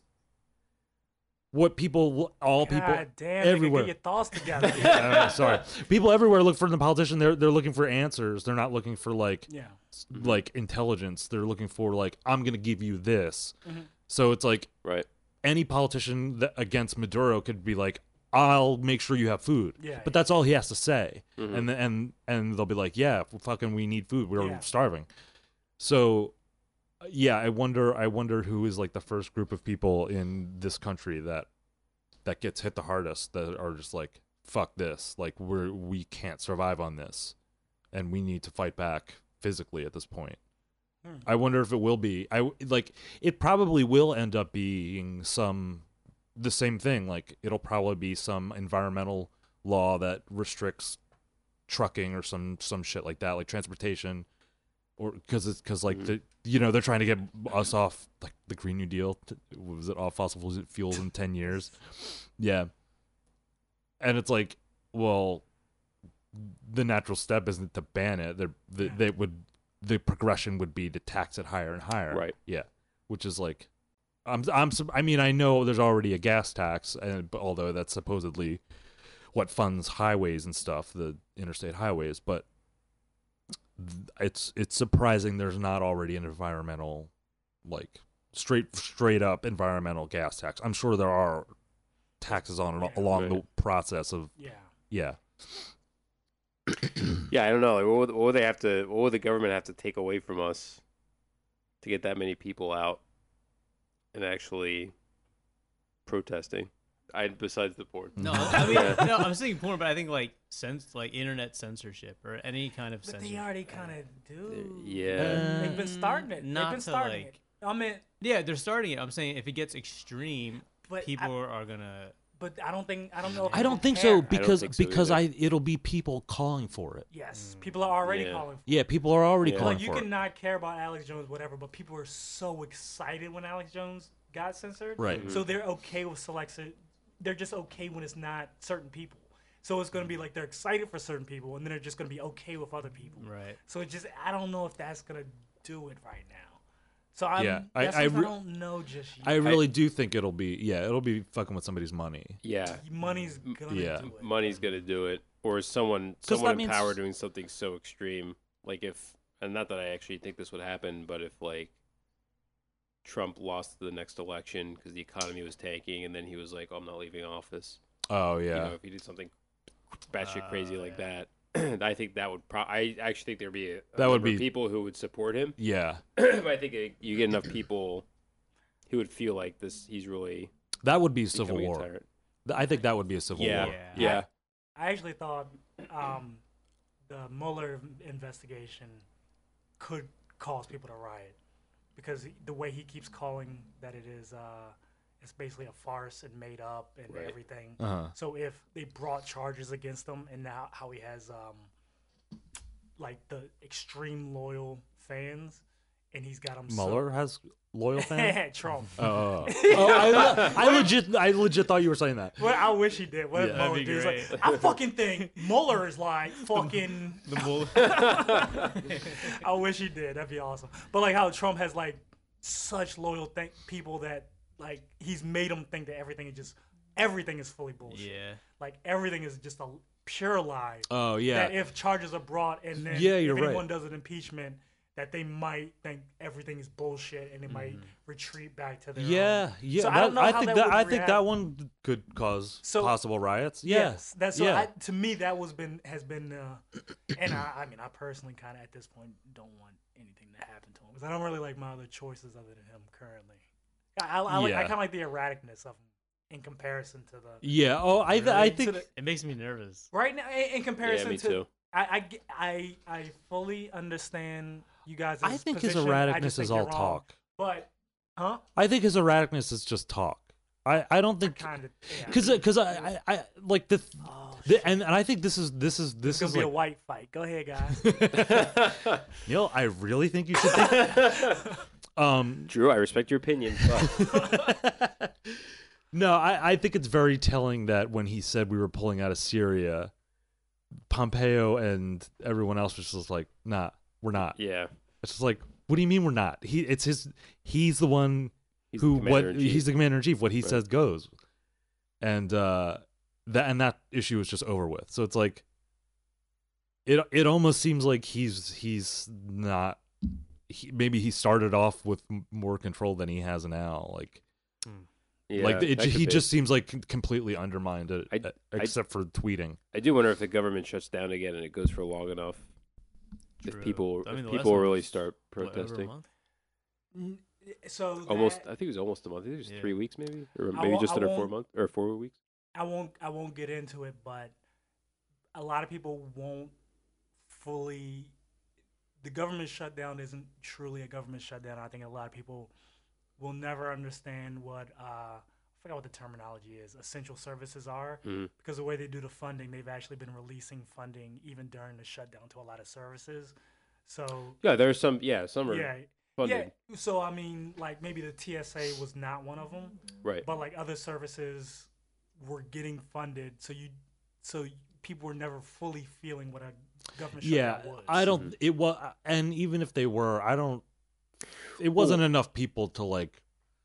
S4: what people all people
S1: God damn, nigga,
S4: everywhere.
S1: Get your thoughts together.
S4: Uh, sorry, people everywhere look for the politician. They're they're looking for answers. They're not looking for like
S1: yeah.
S4: s- like intelligence. They're looking for like I'm gonna give you this.
S1: Mhm.
S4: So it's like
S3: Right.
S4: any politician that against Maduro could be like, "I'll make sure you have food."
S1: Yeah,
S4: but that's all he has to say,
S1: Mm-hmm.
S4: and the- and and they'll be like, "Yeah, f- fucking, we need food. We're
S1: Yeah.
S4: starving." So, uh, yeah, I wonder. I wonder who is like the first group of people in this country that that gets hit the hardest that are just like, "Fuck this! Like we're we can't survive on this, and we need to fight back physically at this point."
S1: Hmm.
S4: I wonder if it will be. I w- like it probably will end up being some the same thing. Like it'll probably be some environmental law that restricts trucking or some some shit like that, like transportation, or because it's because like the you know they're trying to get us off like the Green New Deal. T- what was it off fossil fu- fuels in ten years? Yeah, and it's like well, the natural step isn't to ban it. They're, they
S1: Yeah.
S4: they would the progression would be to tax it higher and higher.
S3: Right.
S4: Yeah, which is like. I'm, I'm, sur- I mean, I know there's already a gas tax, and but although that's supposedly what funds highways and stuff, the interstate highways, but th- it's it's surprising there's not already an environmental like straight straight up environmental gas tax. I'm sure there are taxes on it
S1: Yeah.
S4: along
S3: Right.
S4: the process of
S1: yeah.
S4: yeah.
S3: Yeah, I don't know. Like, what, would, what would they have to? What would the government have to take away from us to get that many people out and actually protesting? I besides the board.
S2: No, I mean, no, I'm saying porn, but I think like sense, like internet censorship or any kind of
S1: But
S2: censorship.
S1: they already kind of do.
S3: Yeah.
S1: They've been starting it.
S2: Uh, Not
S1: They've been
S2: to,
S1: starting
S2: like-
S1: it. I mean,
S2: Yeah, they're starting it. I'm saying if it gets extreme,
S1: But I-
S2: people are gonna.
S1: but I don't think I don't know. If
S4: I
S1: they
S4: don't think
S1: care.
S4: so because
S3: think so
S4: because
S3: either.
S4: I it'll be people calling for it.
S1: Yes, people are already
S3: Yeah.
S1: calling. For
S4: Yeah, people are already
S3: Yeah.
S4: calling
S1: Like you
S4: for
S1: can
S4: it.
S1: not care about Alex Jones, whatever, but people are so excited when Alex Jones got censored.
S4: Right.
S1: So they're okay with selection. They're just okay when it's not certain people. So it's going to be like they're excited for certain people, and then they're just going to be okay with other people.
S2: Right.
S1: So it just I don't know if that's going to do it right now. So I'm,
S4: Yeah, I-
S1: I, that's
S4: I
S1: something I,
S4: re-
S1: don't know just yet.
S4: I really do think it'll be yeah, it'll be fucking with somebody's money.
S3: Yeah.
S1: Money's gonna
S4: Mm, yeah.
S1: do it.
S3: Money's gonna do it, or is someone
S4: that
S3: someone in
S4: means-
S3: power doing something so extreme. Like if, and not that I actually think this would happen, but if like Trump lost the next election because the economy was tanking, and then he was like, "Oh, "I'm not leaving office."
S4: Oh yeah.
S3: you know, if he did something
S4: Oh,
S3: batshit crazy like that, I think that would. Pro- I actually think there'd be a, a
S4: That would
S3: number of
S4: be-
S3: people who would support him.
S4: Yeah.
S3: but I think it, you get enough people who would feel like this. He's really
S4: That would be civil
S3: becoming a
S4: war.
S3: tyrant.
S4: Th- I think that would be a civil
S3: Yeah.
S4: war.
S2: Yeah.
S3: yeah, yeah,
S1: I actually thought um, the Mueller investigation could cause people to riot because the way he keeps calling that it is, uh, it's basically a farce and made up and
S3: Right.
S1: everything.
S4: Uh-huh.
S1: So if they brought charges against him and now how he has um, like the extreme loyal fans and he's got them
S4: Mueller has loyal fans.
S1: So- Trump.
S4: oh, oh, oh. Oh, I, le- I legit, I legit thought you were saying that.
S1: Well, I wish he did. What
S4: Yeah.
S1: if
S4: That'd
S1: Mueller
S2: be
S1: did? He's Like, I fucking think Mueller is like fucking.
S2: The bull-
S1: I wish he did. That'd be awesome. But like how Trump has like such loyal th- people that like he's made them think that everything is just everything is fully bullshit.
S2: yeah.
S1: Like everything is just a pure lie.
S4: Oh yeah,
S1: That if charges are brought and then
S4: Yeah,
S1: if
S4: you're right.
S1: anyone does an impeachment, that they might think everything is bullshit and they might retreat back to their
S4: Mm-hmm. yeah,
S1: own.
S4: yeah.
S1: So I
S4: that-
S1: don't know
S4: I
S1: how
S4: think
S1: that
S4: that,
S1: would
S4: I think that
S1: react.
S4: one could cause
S1: So-
S4: possible riots. Yeah.
S1: Yes, that's so
S4: yeah.
S1: I, to me that was been has been, uh, and I, I mean I personally kind of at this point don't want anything to happen to him because I don't really like my other choices other than him currently. I I, I, like, I
S4: Yeah.
S1: kind of like the erraticness of him in comparison to the
S4: yeah. Oh, I th- I
S1: Really?
S4: think
S1: To the-
S2: It makes me nervous.
S1: right now in, in comparison
S3: me
S1: to
S3: too.
S1: I, I ge- I I fully understand you guys.
S4: I think his
S1: position. I just
S4: erraticness
S1: think
S4: is
S1: you're
S4: all
S1: wrong.
S4: talk.
S1: but huh?
S4: I think his erraticness is just talk. I I don't think
S1: Kind of
S4: because because I, I I like the, th-
S1: Oh,
S4: the and, and I think this is this is this
S1: It's gonna
S4: is
S1: be
S4: like
S1: a white fight. Go ahead, guys.
S4: Neil, I really think you should think. um,
S3: Drew, I respect your opinion, but
S4: No, I, I think it's very telling that when he said we were pulling out of Syria, Pompeo and everyone else was just like, "Nah, we're not."
S3: Yeah.
S4: It's just like, "What do you mean we're not?" He it's his he's the one
S3: He's the
S4: who what
S3: commander-in-chief.
S4: he's the commander in chief. What he
S3: Right.
S4: says goes, and uh, that and that issue is just over with. So it's like it it almost seems like he's he's not. He, maybe he started off with m- more control than he has now. Like
S3: yeah
S4: like it,
S3: that could
S4: he
S3: be.
S4: just seems like com- completely undermined it,
S3: I-
S4: uh, except for tweeting.
S3: I do wonder if the government shuts down again and it goes for long enough.
S2: True.
S3: If people
S2: I mean, the
S3: if
S2: last
S3: people
S2: one
S3: really
S2: was,
S3: start
S2: what, over a
S3: protesting.
S2: month?
S1: N- So
S3: almost
S1: that-
S3: I think it was almost a month. I think it was
S2: Yeah.
S3: three weeks maybe, or
S1: I
S3: maybe
S1: won't-
S3: just
S1: I
S3: under four
S1: won't-
S3: months or four weeks.
S1: I won't I won't get into it, but a lot of people won't fully the government shutdown isn't truly a government shutdown. I think a lot of people will never understand what uh, I forgot what the terminology is. Essential services are
S3: Mhm.
S1: because the way they do the funding, they've actually been releasing funding even during the shutdown to a lot of services. So
S3: Yeah, there's some. Yeah, some are
S1: yeah,
S3: funded.
S1: yeah. So I mean, like maybe the TSA was not one of them
S3: Right.
S1: but like other services were getting funded so you so people were never fully feeling what a government
S4: Yeah,
S1: shutdown was
S4: I don't. It was, and even if they were, I don't. It wasn't enough people to like.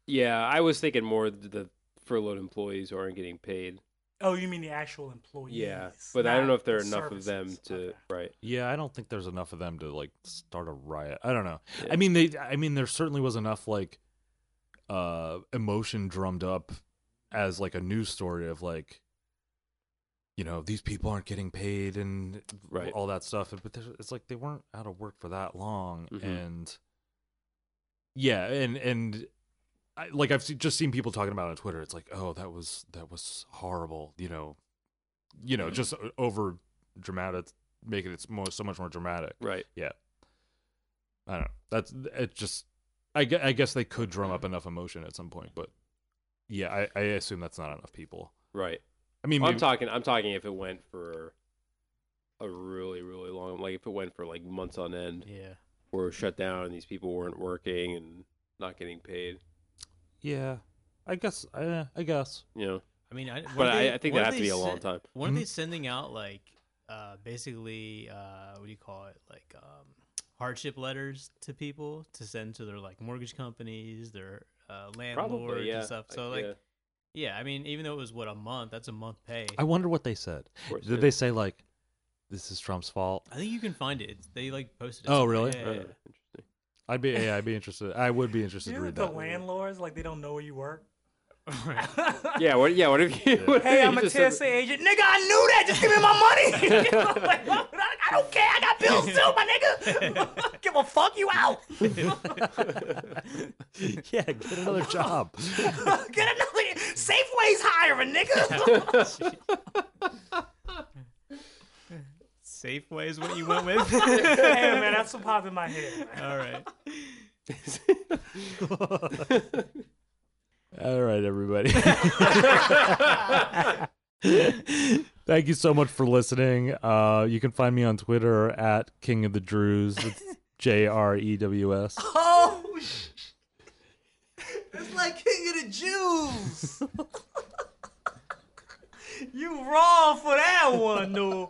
S3: Yeah, I was thinking more th- the furloughed employees who aren't getting paid.
S1: oh you mean the actual employees
S3: Yeah, but I don't know
S1: not
S3: if there are
S1: the
S3: enough of them
S1: services.
S3: to
S1: Okay.
S3: right.
S4: Yeah, I don't think there's enough of them to like start a riot. I don't know.
S3: Yeah.
S4: I mean, they. I mean, there certainly was enough like, uh, emotion drummed up as like a news story of like. You know these people aren't getting paid and
S3: Right.
S4: all that stuff, but there's- it's like they weren't out of work for that long,
S3: Mhm.
S4: and yeah, and and I, like I've se- just seen people talking about it on Twitter. It's like, oh, that was that was horrible. You know, you
S3: Mm-hmm.
S4: know, just o- over dramatic, making it more so much more dramatic.
S3: Right.
S4: I don't know. That's it. Just I, gue- I guess they could drum
S3: Mm-hmm.
S4: up enough emotion at some point, but yeah, I, I assume that's not enough people.
S3: Right.
S4: I mean,
S3: I'm
S4: maybe-
S3: talking. I'm talking if it went for a really, really long, like if it went for like months on end,
S2: Yeah.
S3: or shut down, and these people weren't working and not getting paid.
S4: yeah, I guess I, I guess
S3: You know,
S2: I mean, I,
S3: but I, I think that has to be a long time.
S2: Weren't
S4: Mhm.
S2: they sending out like uh, basically uh, what do you call it? Like um, hardship letters to people to send to their like mortgage companies, their uh, landlords
S3: Probably. Yeah.
S2: and stuff. So like, yeah. I mean, even though it was what a month, that's a month pay.
S4: I wonder what they said.
S3: of course,
S4: Did
S3: yeah.
S4: they say like this is Trump's fault?
S2: I think you can find it. It's- They like posted. it
S4: Oh,
S2: somewhere.
S4: really?
S2: Yeah,
S3: Uh,
S2: yeah,
S3: interesting.
S4: I'd be yeah, I'd be interested. I would be interested
S1: you
S4: to
S1: know
S4: read
S1: the
S4: that.
S1: landlords like they don't know where you work
S2: yeah. Right.
S3: Yeah. What? Yeah. What if you? What if
S1: hey
S3: you
S1: i'm a
S3: just said-
S1: tsa agent nigga i knew that just give me my money Like, why would I, I don't care i got bills too my nigga give a fuck you out
S4: yeah, get another job.
S1: get another safeway's hiring nigga
S2: Safeway is what you went with.
S1: hey man that's what popped in my head
S2: All right.
S4: All right, everybody. Thank you so much for listening. Uh, you can find me on Twitter at King of the Drews. It's J R E W S.
S5: Oh, sh- it's like King of the Jews.
S1: You wrong for that one, dude.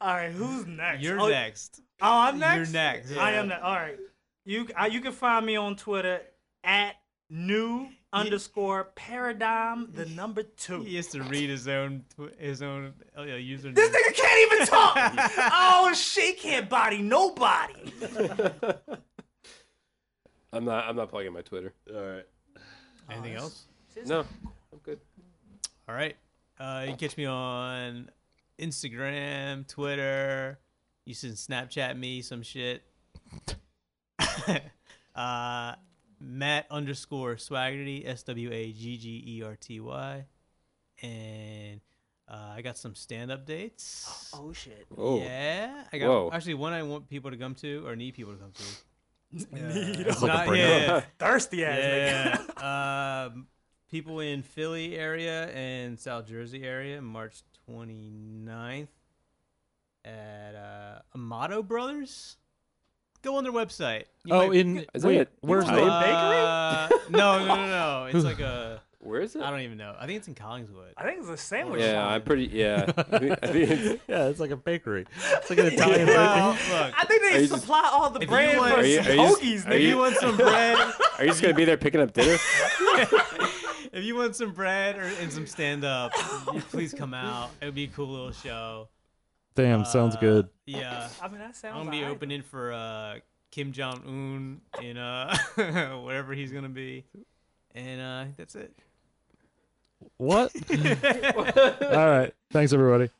S1: All right, who's next?
S2: You're
S1: oh,
S2: next.
S1: Oh, I'm next.
S2: You're next.
S1: I am next. All right, you uh, you can find me on Twitter at new underscore paradigm the number two.
S2: He has to read his own tw- his own uh, username.
S1: This nigga can't even talk. oh shit, he can't body nobody.
S3: I'm not. I'm not plugging my Twitter.
S2: Anything else?
S3: No, I'm good.
S2: All right. Uh, you can catch me on Instagram, Twitter. You can Snapchat me some shit. uh, Matt underscore Swaggerty, S W A G G E R T Y. And uh, I got some stand up dates.
S1: Oh shit.
S3: Oh,
S2: Yeah. I got
S3: Whoa.
S2: actually one I want people to come to or need people to come to.
S1: Need
S4: It's like a
S2: Not-
S4: bring
S2: yeah,
S4: up.
S2: yeah.
S1: thirsty ass nigga.
S2: Yeah. um, people in Philly area and South Jersey area, March 29th at uh, Amato Brothers. Go on their website. You
S4: Oh,
S2: might-
S4: in
S3: Is that
S4: wait,
S3: a
S4: where's
S3: Thai
S4: the?
S2: Uh, no, no, no, no. It's like a.
S3: Where is it?
S2: I don't even know. I think it's in Collingswood.
S1: I think it's a sandwich.
S3: yeah,
S1: shop.
S3: I'm pretty. Yeah, I think, I think it's,
S4: Yeah, it's like a bakery. It's like an Italian
S2: Well,
S4: bakery.
S2: look.
S1: I think
S3: Are
S1: they
S3: you just-
S1: supply all the
S2: you
S1: bread
S2: want-
S1: for
S2: Are
S3: you- are you-
S1: hoagies.
S3: are
S1: nigga.
S2: If you want some bread,
S3: are you just gonna be there picking up dinner?
S2: if you want some bread or, and some stand up, please come out. It would be a cool little show.
S4: Damn, sounds
S2: Uh,
S4: good.
S2: Yeah.
S1: I mean, that sounds.
S2: I'm gonna be
S1: alright.
S2: opening for uh, Kim Jong Un in uh, whatever he's gonna be, and uh, that's it.
S4: What? All right. Thanks, everybody.